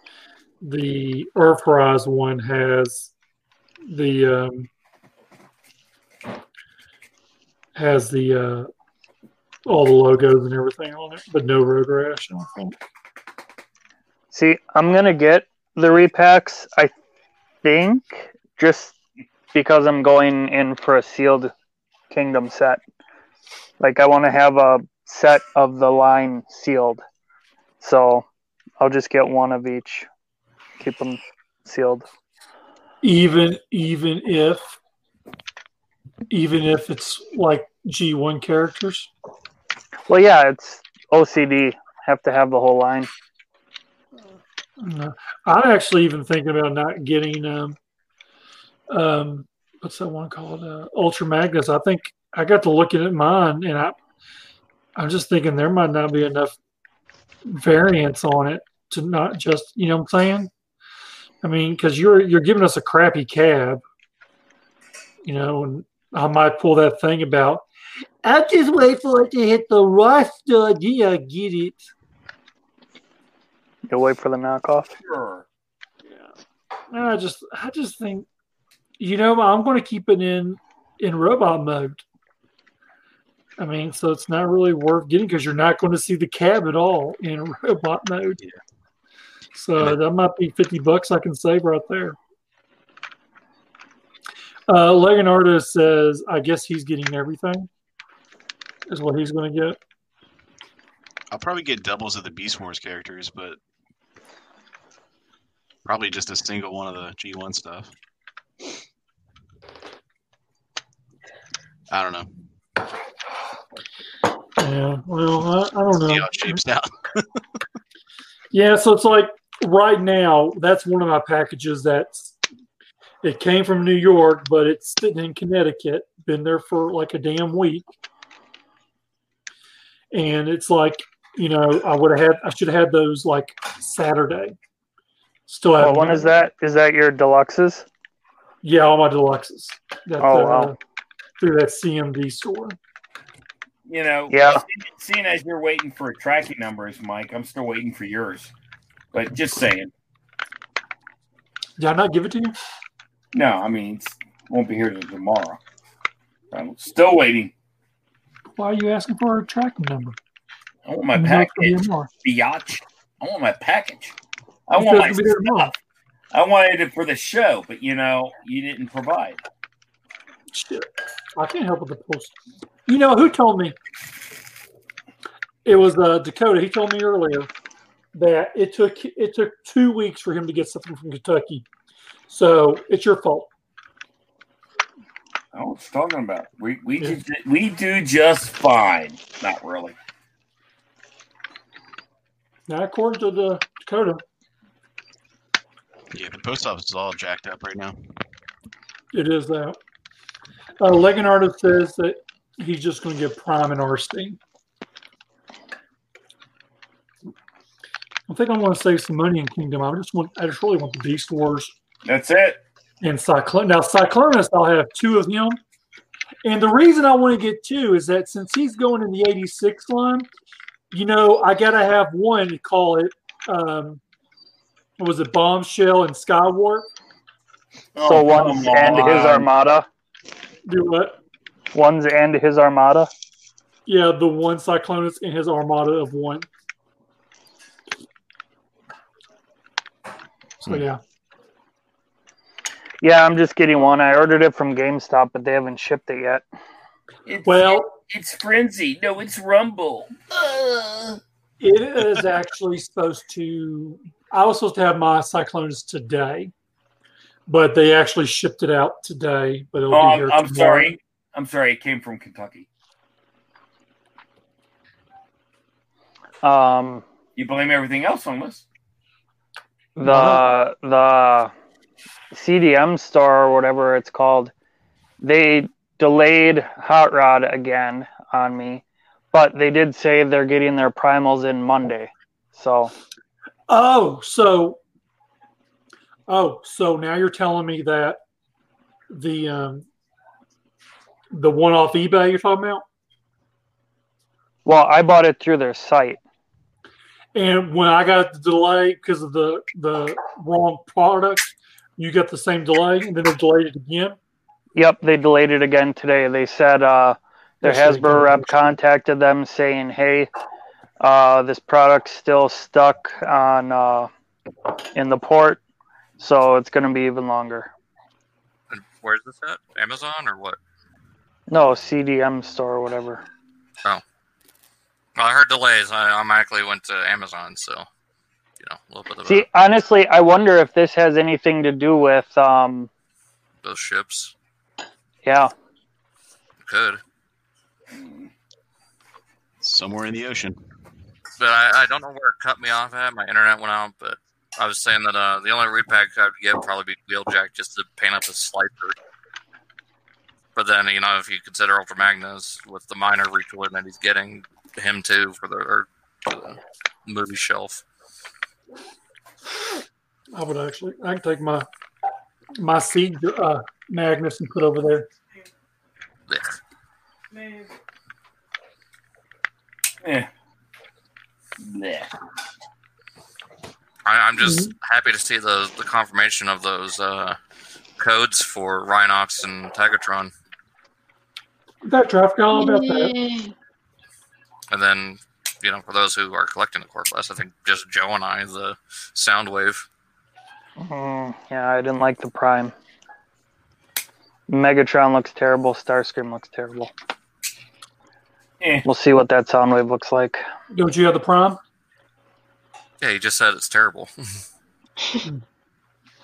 [SPEAKER 4] the Earthrise one has the um, has the uh, all the logos and everything on it, but no road rash. I don't think.
[SPEAKER 2] See, I'm gonna get the repacks. I think just because I'm going in for a sealed kingdom set. Like I want to have a set of the line sealed, so I'll just get one of each. Keep them sealed.
[SPEAKER 4] even even if even if it's like G1 characters.
[SPEAKER 2] Well, yeah, it's OCD. Have to have the whole line.
[SPEAKER 4] No. I'm actually even thinking about not getting um um what's that one called uh, Ultra Magnus. I think I got to looking at mine and I I'm just thinking there might not be enough variance on it to not just you know what I'm saying. I mean, because you're you're giving us a crappy cab, you know, and I might pull that thing about. I just wait for it to hit the roster. Yeah, I get it.
[SPEAKER 2] You wait for the knockoff.
[SPEAKER 8] Sure.
[SPEAKER 4] No, I just I just think you know I'm going to keep it in in robot mode. I mean, so it's not really worth getting because you're not going to see the cab at all in robot mode. So that might be fifty bucks I can save right there. Uh, Leonardo says, "I guess he's getting everything." Is what he's going to get.
[SPEAKER 5] I'll probably get doubles of the Beast Wars characters, but probably just a single one of the G1 stuff. I don't know.
[SPEAKER 4] Yeah, well, I, I don't know.
[SPEAKER 5] Shapes out.
[SPEAKER 4] Yeah, so it's like right now, that's one of my packages that's it came from New York, but it's sitting in Connecticut, been there for like a damn week. And it's like, you know, I would have had I should have had those like Saturday. Still
[SPEAKER 8] Uh,
[SPEAKER 4] have
[SPEAKER 2] What one Oh, is that? Is that your deluxes?
[SPEAKER 4] Yeah, all my deluxes. That's,
[SPEAKER 2] Oh, wow.
[SPEAKER 4] through that CMD store.
[SPEAKER 8] You know,
[SPEAKER 2] Yeah.
[SPEAKER 8] seeing- seeing as you're waiting for tracking numbers, Mike, I'm still waiting for yours. But just saying.
[SPEAKER 4] Did I not give it to you?
[SPEAKER 8] No, I mean, it's, won't be here till tomorrow. I'm still waiting.
[SPEAKER 4] Why are you asking for a tracking number?
[SPEAKER 8] I want my
[SPEAKER 4] You're not gonna
[SPEAKER 8] package,
[SPEAKER 4] get more.
[SPEAKER 8] biatch. I want my package. I
[SPEAKER 4] It's
[SPEAKER 8] want my
[SPEAKER 4] supposed to be there tomorrow.
[SPEAKER 8] stuff. I wanted it for the show, but you know, you didn't provide.
[SPEAKER 4] Shit. I can't help with the post. You know who told me? It was uh, Dakota. He told me earlier that it took it took two weeks for him to get something from Kentucky. So it's your fault.
[SPEAKER 8] I was talking about. We we did, we do just fine. Not really.
[SPEAKER 4] Now, according to the Dakota,
[SPEAKER 5] Yeah, the post office is all jacked up right now.
[SPEAKER 4] it is that. Uh, Leonardo says that he's just going to give Prime and Arstein. I think I'm going to save some money in Kingdom. I just want. I just really want the Beast Wars
[SPEAKER 8] That's it.
[SPEAKER 4] and Cyclone. Now, Cyclonus, I'll have two of him. And the reason I want to get two is that since he's going in the 86 line, you know, I got to have one to call it, um, what was it, Bombshell and Skywarp?
[SPEAKER 2] so
[SPEAKER 8] Oh,
[SPEAKER 2] one's
[SPEAKER 8] come
[SPEAKER 2] and his
[SPEAKER 8] on.
[SPEAKER 2] armada.
[SPEAKER 4] Do what?
[SPEAKER 2] One's and his armada.
[SPEAKER 4] Yeah, the one Cyclonus and his armada of one. So, yeah.
[SPEAKER 2] Yeah, I'm just getting one. I ordered it from GameStop, but they haven't shipped it yet.
[SPEAKER 8] It's,
[SPEAKER 4] Well,
[SPEAKER 8] it's frenzy. No, it's rumble.
[SPEAKER 4] It is actually supposed to. I was supposed to have my Cyclonus today, but they actually shipped it out today. But it'll
[SPEAKER 8] Oh,
[SPEAKER 4] be here
[SPEAKER 8] I'm, I'm
[SPEAKER 4] tomorrow.
[SPEAKER 8] sorry. I'm sorry. It came from Kentucky.
[SPEAKER 2] Um,
[SPEAKER 8] You blame everything else on us.
[SPEAKER 4] Uh-huh.
[SPEAKER 2] the the CDM store or whatever it's called, they delayed Hot Rod again on me, but they did say they're getting their primals in Monday. So
[SPEAKER 4] Oh, so. Oh, so now you're telling me that the um, the one off eBay you're talking about,
[SPEAKER 2] well, I bought it through their site.
[SPEAKER 4] and when I got the delay because of the the wrong product, you got the same delay, and then they delayed it again.
[SPEAKER 2] Yep, they delayed it again today. They said uh, their
[SPEAKER 4] They said again,
[SPEAKER 2] Hasbro rep
[SPEAKER 4] yes.
[SPEAKER 2] contacted them saying, "Hey, uh, this product's still stuck on uh, in the port, so it's going to be even longer."
[SPEAKER 1] And where's this at? Amazon or what?
[SPEAKER 2] No, CDM store or whatever.
[SPEAKER 1] Well, I heard delays. I automatically went to Amazon, so you know a little bit of
[SPEAKER 2] See, honestly, I wonder if this has anything to do with um,
[SPEAKER 1] those ships.
[SPEAKER 2] yeah,
[SPEAKER 1] Could,
[SPEAKER 5] Somewhere in the ocean.
[SPEAKER 1] but I, I don't know where it cut me off at. My internet went out, but I was saying that uh, the only repack I'd get would probably be Wheeljack just to paint up a slicer. But then you know if you consider Ultra Magnus with the minor retooling that he's getting him too for the, or for the movie shelf.
[SPEAKER 4] I would actually. I can take my my seed uh, Magnus and put over there.
[SPEAKER 1] Yeah.
[SPEAKER 8] Yeah. Yeah.
[SPEAKER 1] I, I'm just happy to see the the confirmation of those uh, codes for Rhinox and Tagatron.
[SPEAKER 4] That draft got all about that.
[SPEAKER 1] And then, you know, for those who are collecting the core class, I think just Joe and I, the sound wave.
[SPEAKER 2] Mm,
[SPEAKER 4] Mm-hmm.
[SPEAKER 2] yeah, I didn't like the Prime. Megatron looks terrible. Starscream looks terrible.
[SPEAKER 8] Eh.
[SPEAKER 2] We'll see what that sound wave looks like.
[SPEAKER 4] Don't you have the prom?
[SPEAKER 1] Yeah, he just said it's terrible.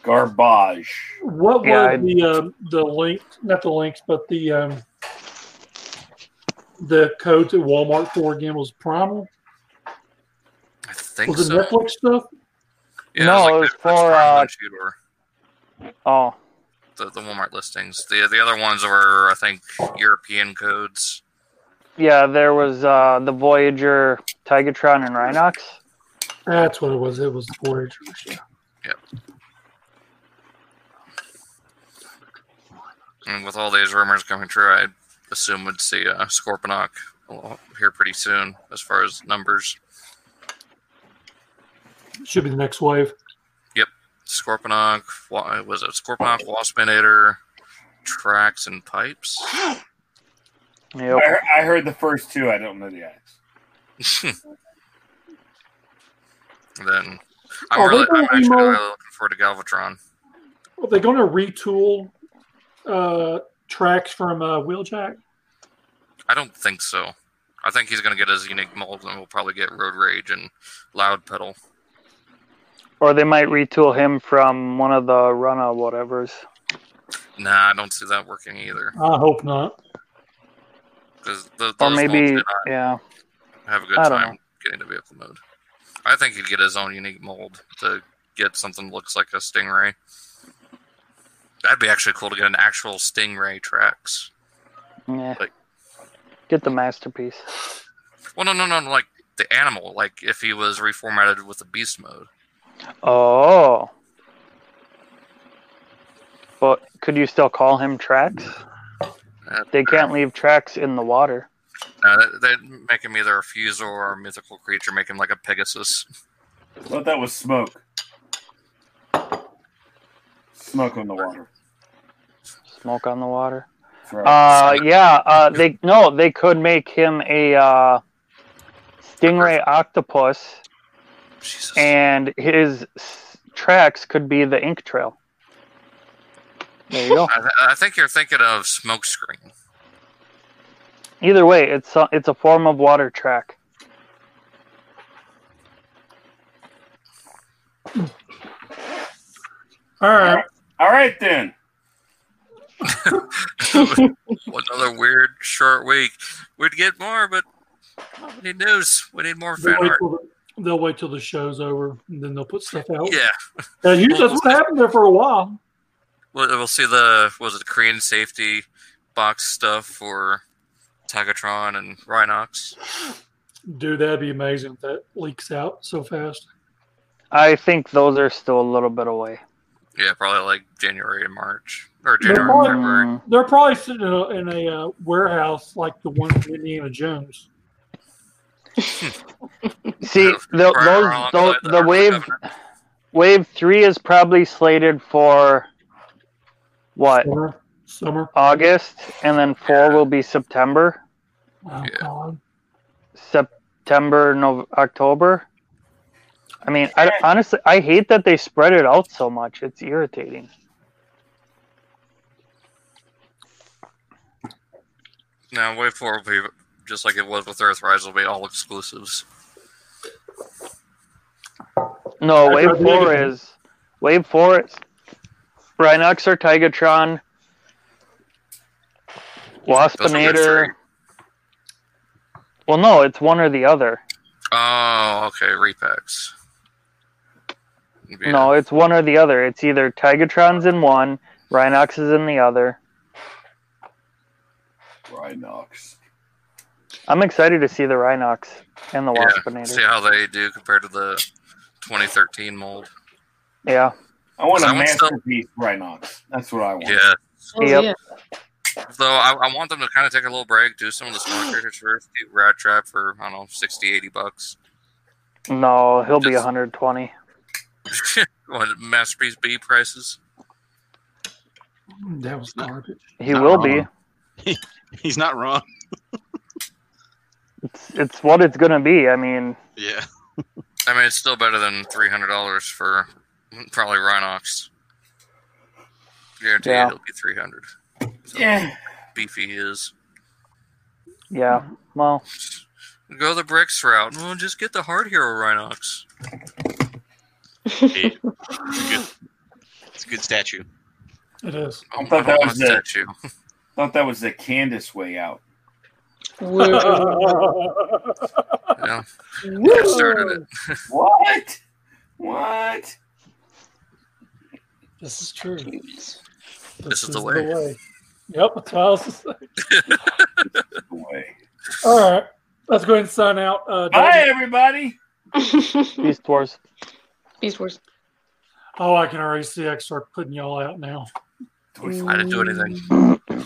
[SPEAKER 8] Garbage.
[SPEAKER 4] What
[SPEAKER 1] Yeah,
[SPEAKER 4] were
[SPEAKER 1] I-
[SPEAKER 4] the um, the link? Not the links, but the um, the code to Walmart for again was Primal.
[SPEAKER 1] I think
[SPEAKER 4] was it
[SPEAKER 1] so.
[SPEAKER 4] Netflix stuff?
[SPEAKER 1] Yeah,
[SPEAKER 2] no,
[SPEAKER 1] like
[SPEAKER 2] it was
[SPEAKER 1] that- that's
[SPEAKER 2] for.
[SPEAKER 1] Prime
[SPEAKER 2] Uh,
[SPEAKER 1] One Shooter,
[SPEAKER 2] oh,
[SPEAKER 1] the, the Walmart listings. The the other ones were, I think, European codes.
[SPEAKER 2] yeah, there was uh, the Voyager, Tigatron, and Rhinox.
[SPEAKER 4] That's what it was. It was Voyager.
[SPEAKER 1] And with all these rumors coming true, I assume we'd see uh, Scorponok here pretty soon as far as numbers.
[SPEAKER 4] Should be the next wave.
[SPEAKER 1] Scorponok, wa- was it Scorponok, Waspinator, Tracks, and Pipes?
[SPEAKER 8] I, he- I heard the first two. I don't know the others.
[SPEAKER 1] then I'm
[SPEAKER 2] Oh,
[SPEAKER 4] Are they
[SPEAKER 1] really, I'm
[SPEAKER 4] gonna
[SPEAKER 1] actually
[SPEAKER 4] emo-
[SPEAKER 1] really looking forward to Galvatron.
[SPEAKER 4] Are they going to retool uh, tracks from uh, Wheeljack?
[SPEAKER 1] I don't think so. I think he's going to get his unique mold, and we'll probably get Road Rage and Loud Pedal.
[SPEAKER 2] Or they might retool him from one of the Runa whatevers.
[SPEAKER 1] Nah, I don't see that working either.
[SPEAKER 4] I hope not.
[SPEAKER 1] 'Cause th-
[SPEAKER 2] Or
[SPEAKER 1] those
[SPEAKER 2] maybe,
[SPEAKER 1] molds
[SPEAKER 2] yeah.
[SPEAKER 1] did not have a good
[SPEAKER 2] I don't
[SPEAKER 1] time getting to vehicle mode. I think he'd get his own unique mold to get something that looks like a Stingray. That'd be actually cool to get an actual Stingray tracks.
[SPEAKER 2] Yeah.
[SPEAKER 1] Like-
[SPEAKER 2] Get the masterpiece.
[SPEAKER 1] Well, no, no, no, like the animal, like if he was reformatted with the beast mode.
[SPEAKER 2] Oh. But could you still call him Trax? They can't leave Trax in the water.
[SPEAKER 1] Uh, they make him either a fusel or a mythical creature, make him like a Pegasus.
[SPEAKER 8] I thought that was smoke. Smoke on the water.
[SPEAKER 2] Smoke on the water.
[SPEAKER 8] That's right.
[SPEAKER 2] Uh, yeah. Uh, they no, they could make him a uh, stingray octopus, and his s- Trax could be the ink trail. There you go.
[SPEAKER 1] I, th- I think you're thinking of Smokescreen.
[SPEAKER 2] Either way, it's a, it's a form of water track.
[SPEAKER 4] All right.
[SPEAKER 8] All right then.
[SPEAKER 1] Another weird short week. We'd get more, but we need news. We need more fan
[SPEAKER 4] They'll wait,
[SPEAKER 1] art.
[SPEAKER 4] till the, they'll wait till the show's over, and then they'll put stuff out.
[SPEAKER 1] Yeah,
[SPEAKER 4] Uh, usually that's what happened there for a while.
[SPEAKER 1] we'll, we'll see the what was it Korean safety box stuff for Tagatron and Rhinox.
[SPEAKER 4] Dude, that'd be amazing if that leaks out so fast.
[SPEAKER 2] I think those are still a little bit away.
[SPEAKER 1] Yeah, probably like January and March or
[SPEAKER 4] They're
[SPEAKER 1] January and
[SPEAKER 4] probably,
[SPEAKER 1] February.
[SPEAKER 4] they're probably sitting in a, in a uh, warehouse like the one from Indiana Jones.
[SPEAKER 2] See, the,
[SPEAKER 1] Right
[SPEAKER 2] those,
[SPEAKER 1] around
[SPEAKER 2] those
[SPEAKER 1] the-
[SPEAKER 2] the wave wave three is probably slated for what
[SPEAKER 4] Summer. Summer.
[SPEAKER 2] August, and then four will be September,
[SPEAKER 4] Oh, God.
[SPEAKER 2] September, Nov October. I mean, I, honestly, I hate that they spread it out so much. It's irritating.
[SPEAKER 1] Now wave four will be just like it was with Earthrise. Will be all exclusives.
[SPEAKER 2] No,
[SPEAKER 4] That's
[SPEAKER 2] wave
[SPEAKER 4] what I'm
[SPEAKER 2] four
[SPEAKER 4] thinking.
[SPEAKER 2] is wave four is Rhinox or Tigatron,
[SPEAKER 1] Those are good
[SPEAKER 2] Waspinator. Well, no, it's one or the other.
[SPEAKER 1] Oh, okay, repacks. Yeah.
[SPEAKER 2] No, it's one or the other. It's either Tigatron's in one, Rhinox is in the other.
[SPEAKER 8] Rhinox.
[SPEAKER 2] I'm excited to see the Rhinox and the
[SPEAKER 1] yeah.
[SPEAKER 2] Waspinator.
[SPEAKER 1] See how they do compared to the 2013 mold.
[SPEAKER 2] Yeah.
[SPEAKER 8] I want
[SPEAKER 1] I
[SPEAKER 8] a
[SPEAKER 1] want some-
[SPEAKER 8] masterpiece Rhinox. That's what I want.
[SPEAKER 1] Yeah.
[SPEAKER 3] Oh,
[SPEAKER 2] Yep.
[SPEAKER 3] yeah.
[SPEAKER 1] So I, I want them to kind of take a little break, do some of the small creatures first, do Rat Trap for, I don't know, 60, 80 bucks.
[SPEAKER 2] No, he'll be
[SPEAKER 1] Just-
[SPEAKER 2] 120.
[SPEAKER 1] what, Masterpiece B prices?
[SPEAKER 4] That was garbage.
[SPEAKER 2] He
[SPEAKER 5] Not
[SPEAKER 2] will
[SPEAKER 5] wrong.
[SPEAKER 2] be.
[SPEAKER 5] He's not wrong.
[SPEAKER 2] It's, it's what it's going to be. I mean,
[SPEAKER 5] Yeah.
[SPEAKER 1] I mean, it's still better than three hundred dollars for probably Rhinox. Guaranteed,
[SPEAKER 2] Yeah.
[SPEAKER 1] it'll be three hundred.
[SPEAKER 2] yeah,
[SPEAKER 1] Beefy he is.
[SPEAKER 2] yeah. Well,
[SPEAKER 1] Go the bricks route. Well, just get the hard hero Rhinox.
[SPEAKER 5] Hey, it's, a good, it's a good statue.
[SPEAKER 4] It is.
[SPEAKER 8] I thought that was the
[SPEAKER 1] statue.
[SPEAKER 8] thought that was the Candace way out.
[SPEAKER 1] Yeah. I started it.
[SPEAKER 8] What? What?
[SPEAKER 4] This is true.
[SPEAKER 8] Please.
[SPEAKER 1] This is the way.
[SPEAKER 4] Yep, that's what I was just saying.
[SPEAKER 8] Boy.
[SPEAKER 4] All right, let's go ahead and sign out. Uh,
[SPEAKER 8] Bye,
[SPEAKER 4] David.
[SPEAKER 8] everybody.
[SPEAKER 2] Beast Wars.
[SPEAKER 3] Beast Wars.
[SPEAKER 4] oh, I can already see I can start putting y'all out now.
[SPEAKER 1] I didn't do anything.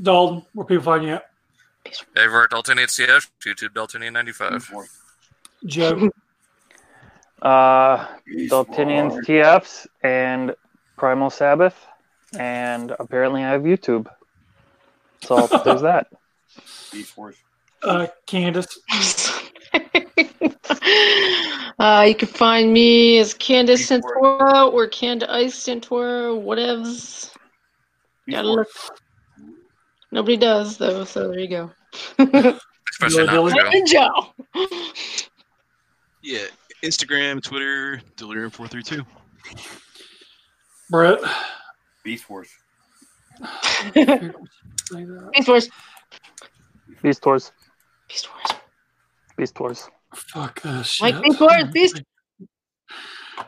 [SPEAKER 4] Dalton, where people find you at?
[SPEAKER 1] Over at Daltonian CF, YouTube Daltonian
[SPEAKER 2] Mm.
[SPEAKER 1] 95.
[SPEAKER 4] Joe,
[SPEAKER 2] Uh,
[SPEAKER 8] Beast
[SPEAKER 2] Daltinians
[SPEAKER 8] Wars.
[SPEAKER 2] TFs and Primal Sabbath, and apparently I have YouTube. So there's that.
[SPEAKER 8] Beast Wars.
[SPEAKER 4] uh, Candace.
[SPEAKER 3] uh, you can find me as Candace Santora or Canda Ice Santora, whatevs.
[SPEAKER 8] Beast
[SPEAKER 3] Gotta
[SPEAKER 8] Wars.
[SPEAKER 3] look. Nobody does though, so there you go.
[SPEAKER 1] Especially
[SPEAKER 4] Yeah,
[SPEAKER 1] not
[SPEAKER 4] Billy.
[SPEAKER 1] Joe.
[SPEAKER 3] Joe.
[SPEAKER 5] Yeah. Instagram, Twitter, Delirium432.
[SPEAKER 4] Brett.
[SPEAKER 8] Beast Wars.
[SPEAKER 4] Say that.
[SPEAKER 3] Beast Wars.
[SPEAKER 2] Beast Wars.
[SPEAKER 3] Beast Wars.
[SPEAKER 2] Beast Wars.
[SPEAKER 4] Fuck this shit.
[SPEAKER 3] Like Beast Wars. Beast.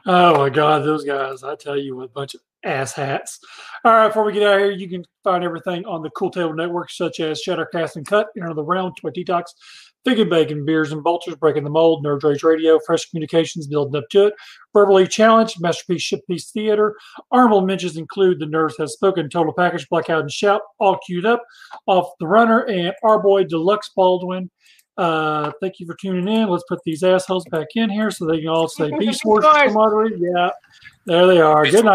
[SPEAKER 4] Oh my god, those guys! I tell you, what, a bunch of ass hats. All right, before we get out of here, you can find everything on the Cool Table Network, such as Shattercast and Cut, Enter the Realm, Toy Detox, Fig and Bacon, Beers and Vultures, Breaking the Mold, Nerd Rage Radio, Fresh Communications, Building Up to It, Verbally Challenge, Masterpiece Ship Piece Theater. Honorable mentions include The Nerds Have Spoken, Total Package, Blackout and Shout, All Queued Up, Off the Runner, and Our Boy Deluxe Baldwin. Uh, thank you for tuning in. Let's put these assholes back in here so they can all say peace, horse,
[SPEAKER 3] Of course.
[SPEAKER 4] camaraderie. Yeah, there they are.
[SPEAKER 1] Peace
[SPEAKER 4] Good night.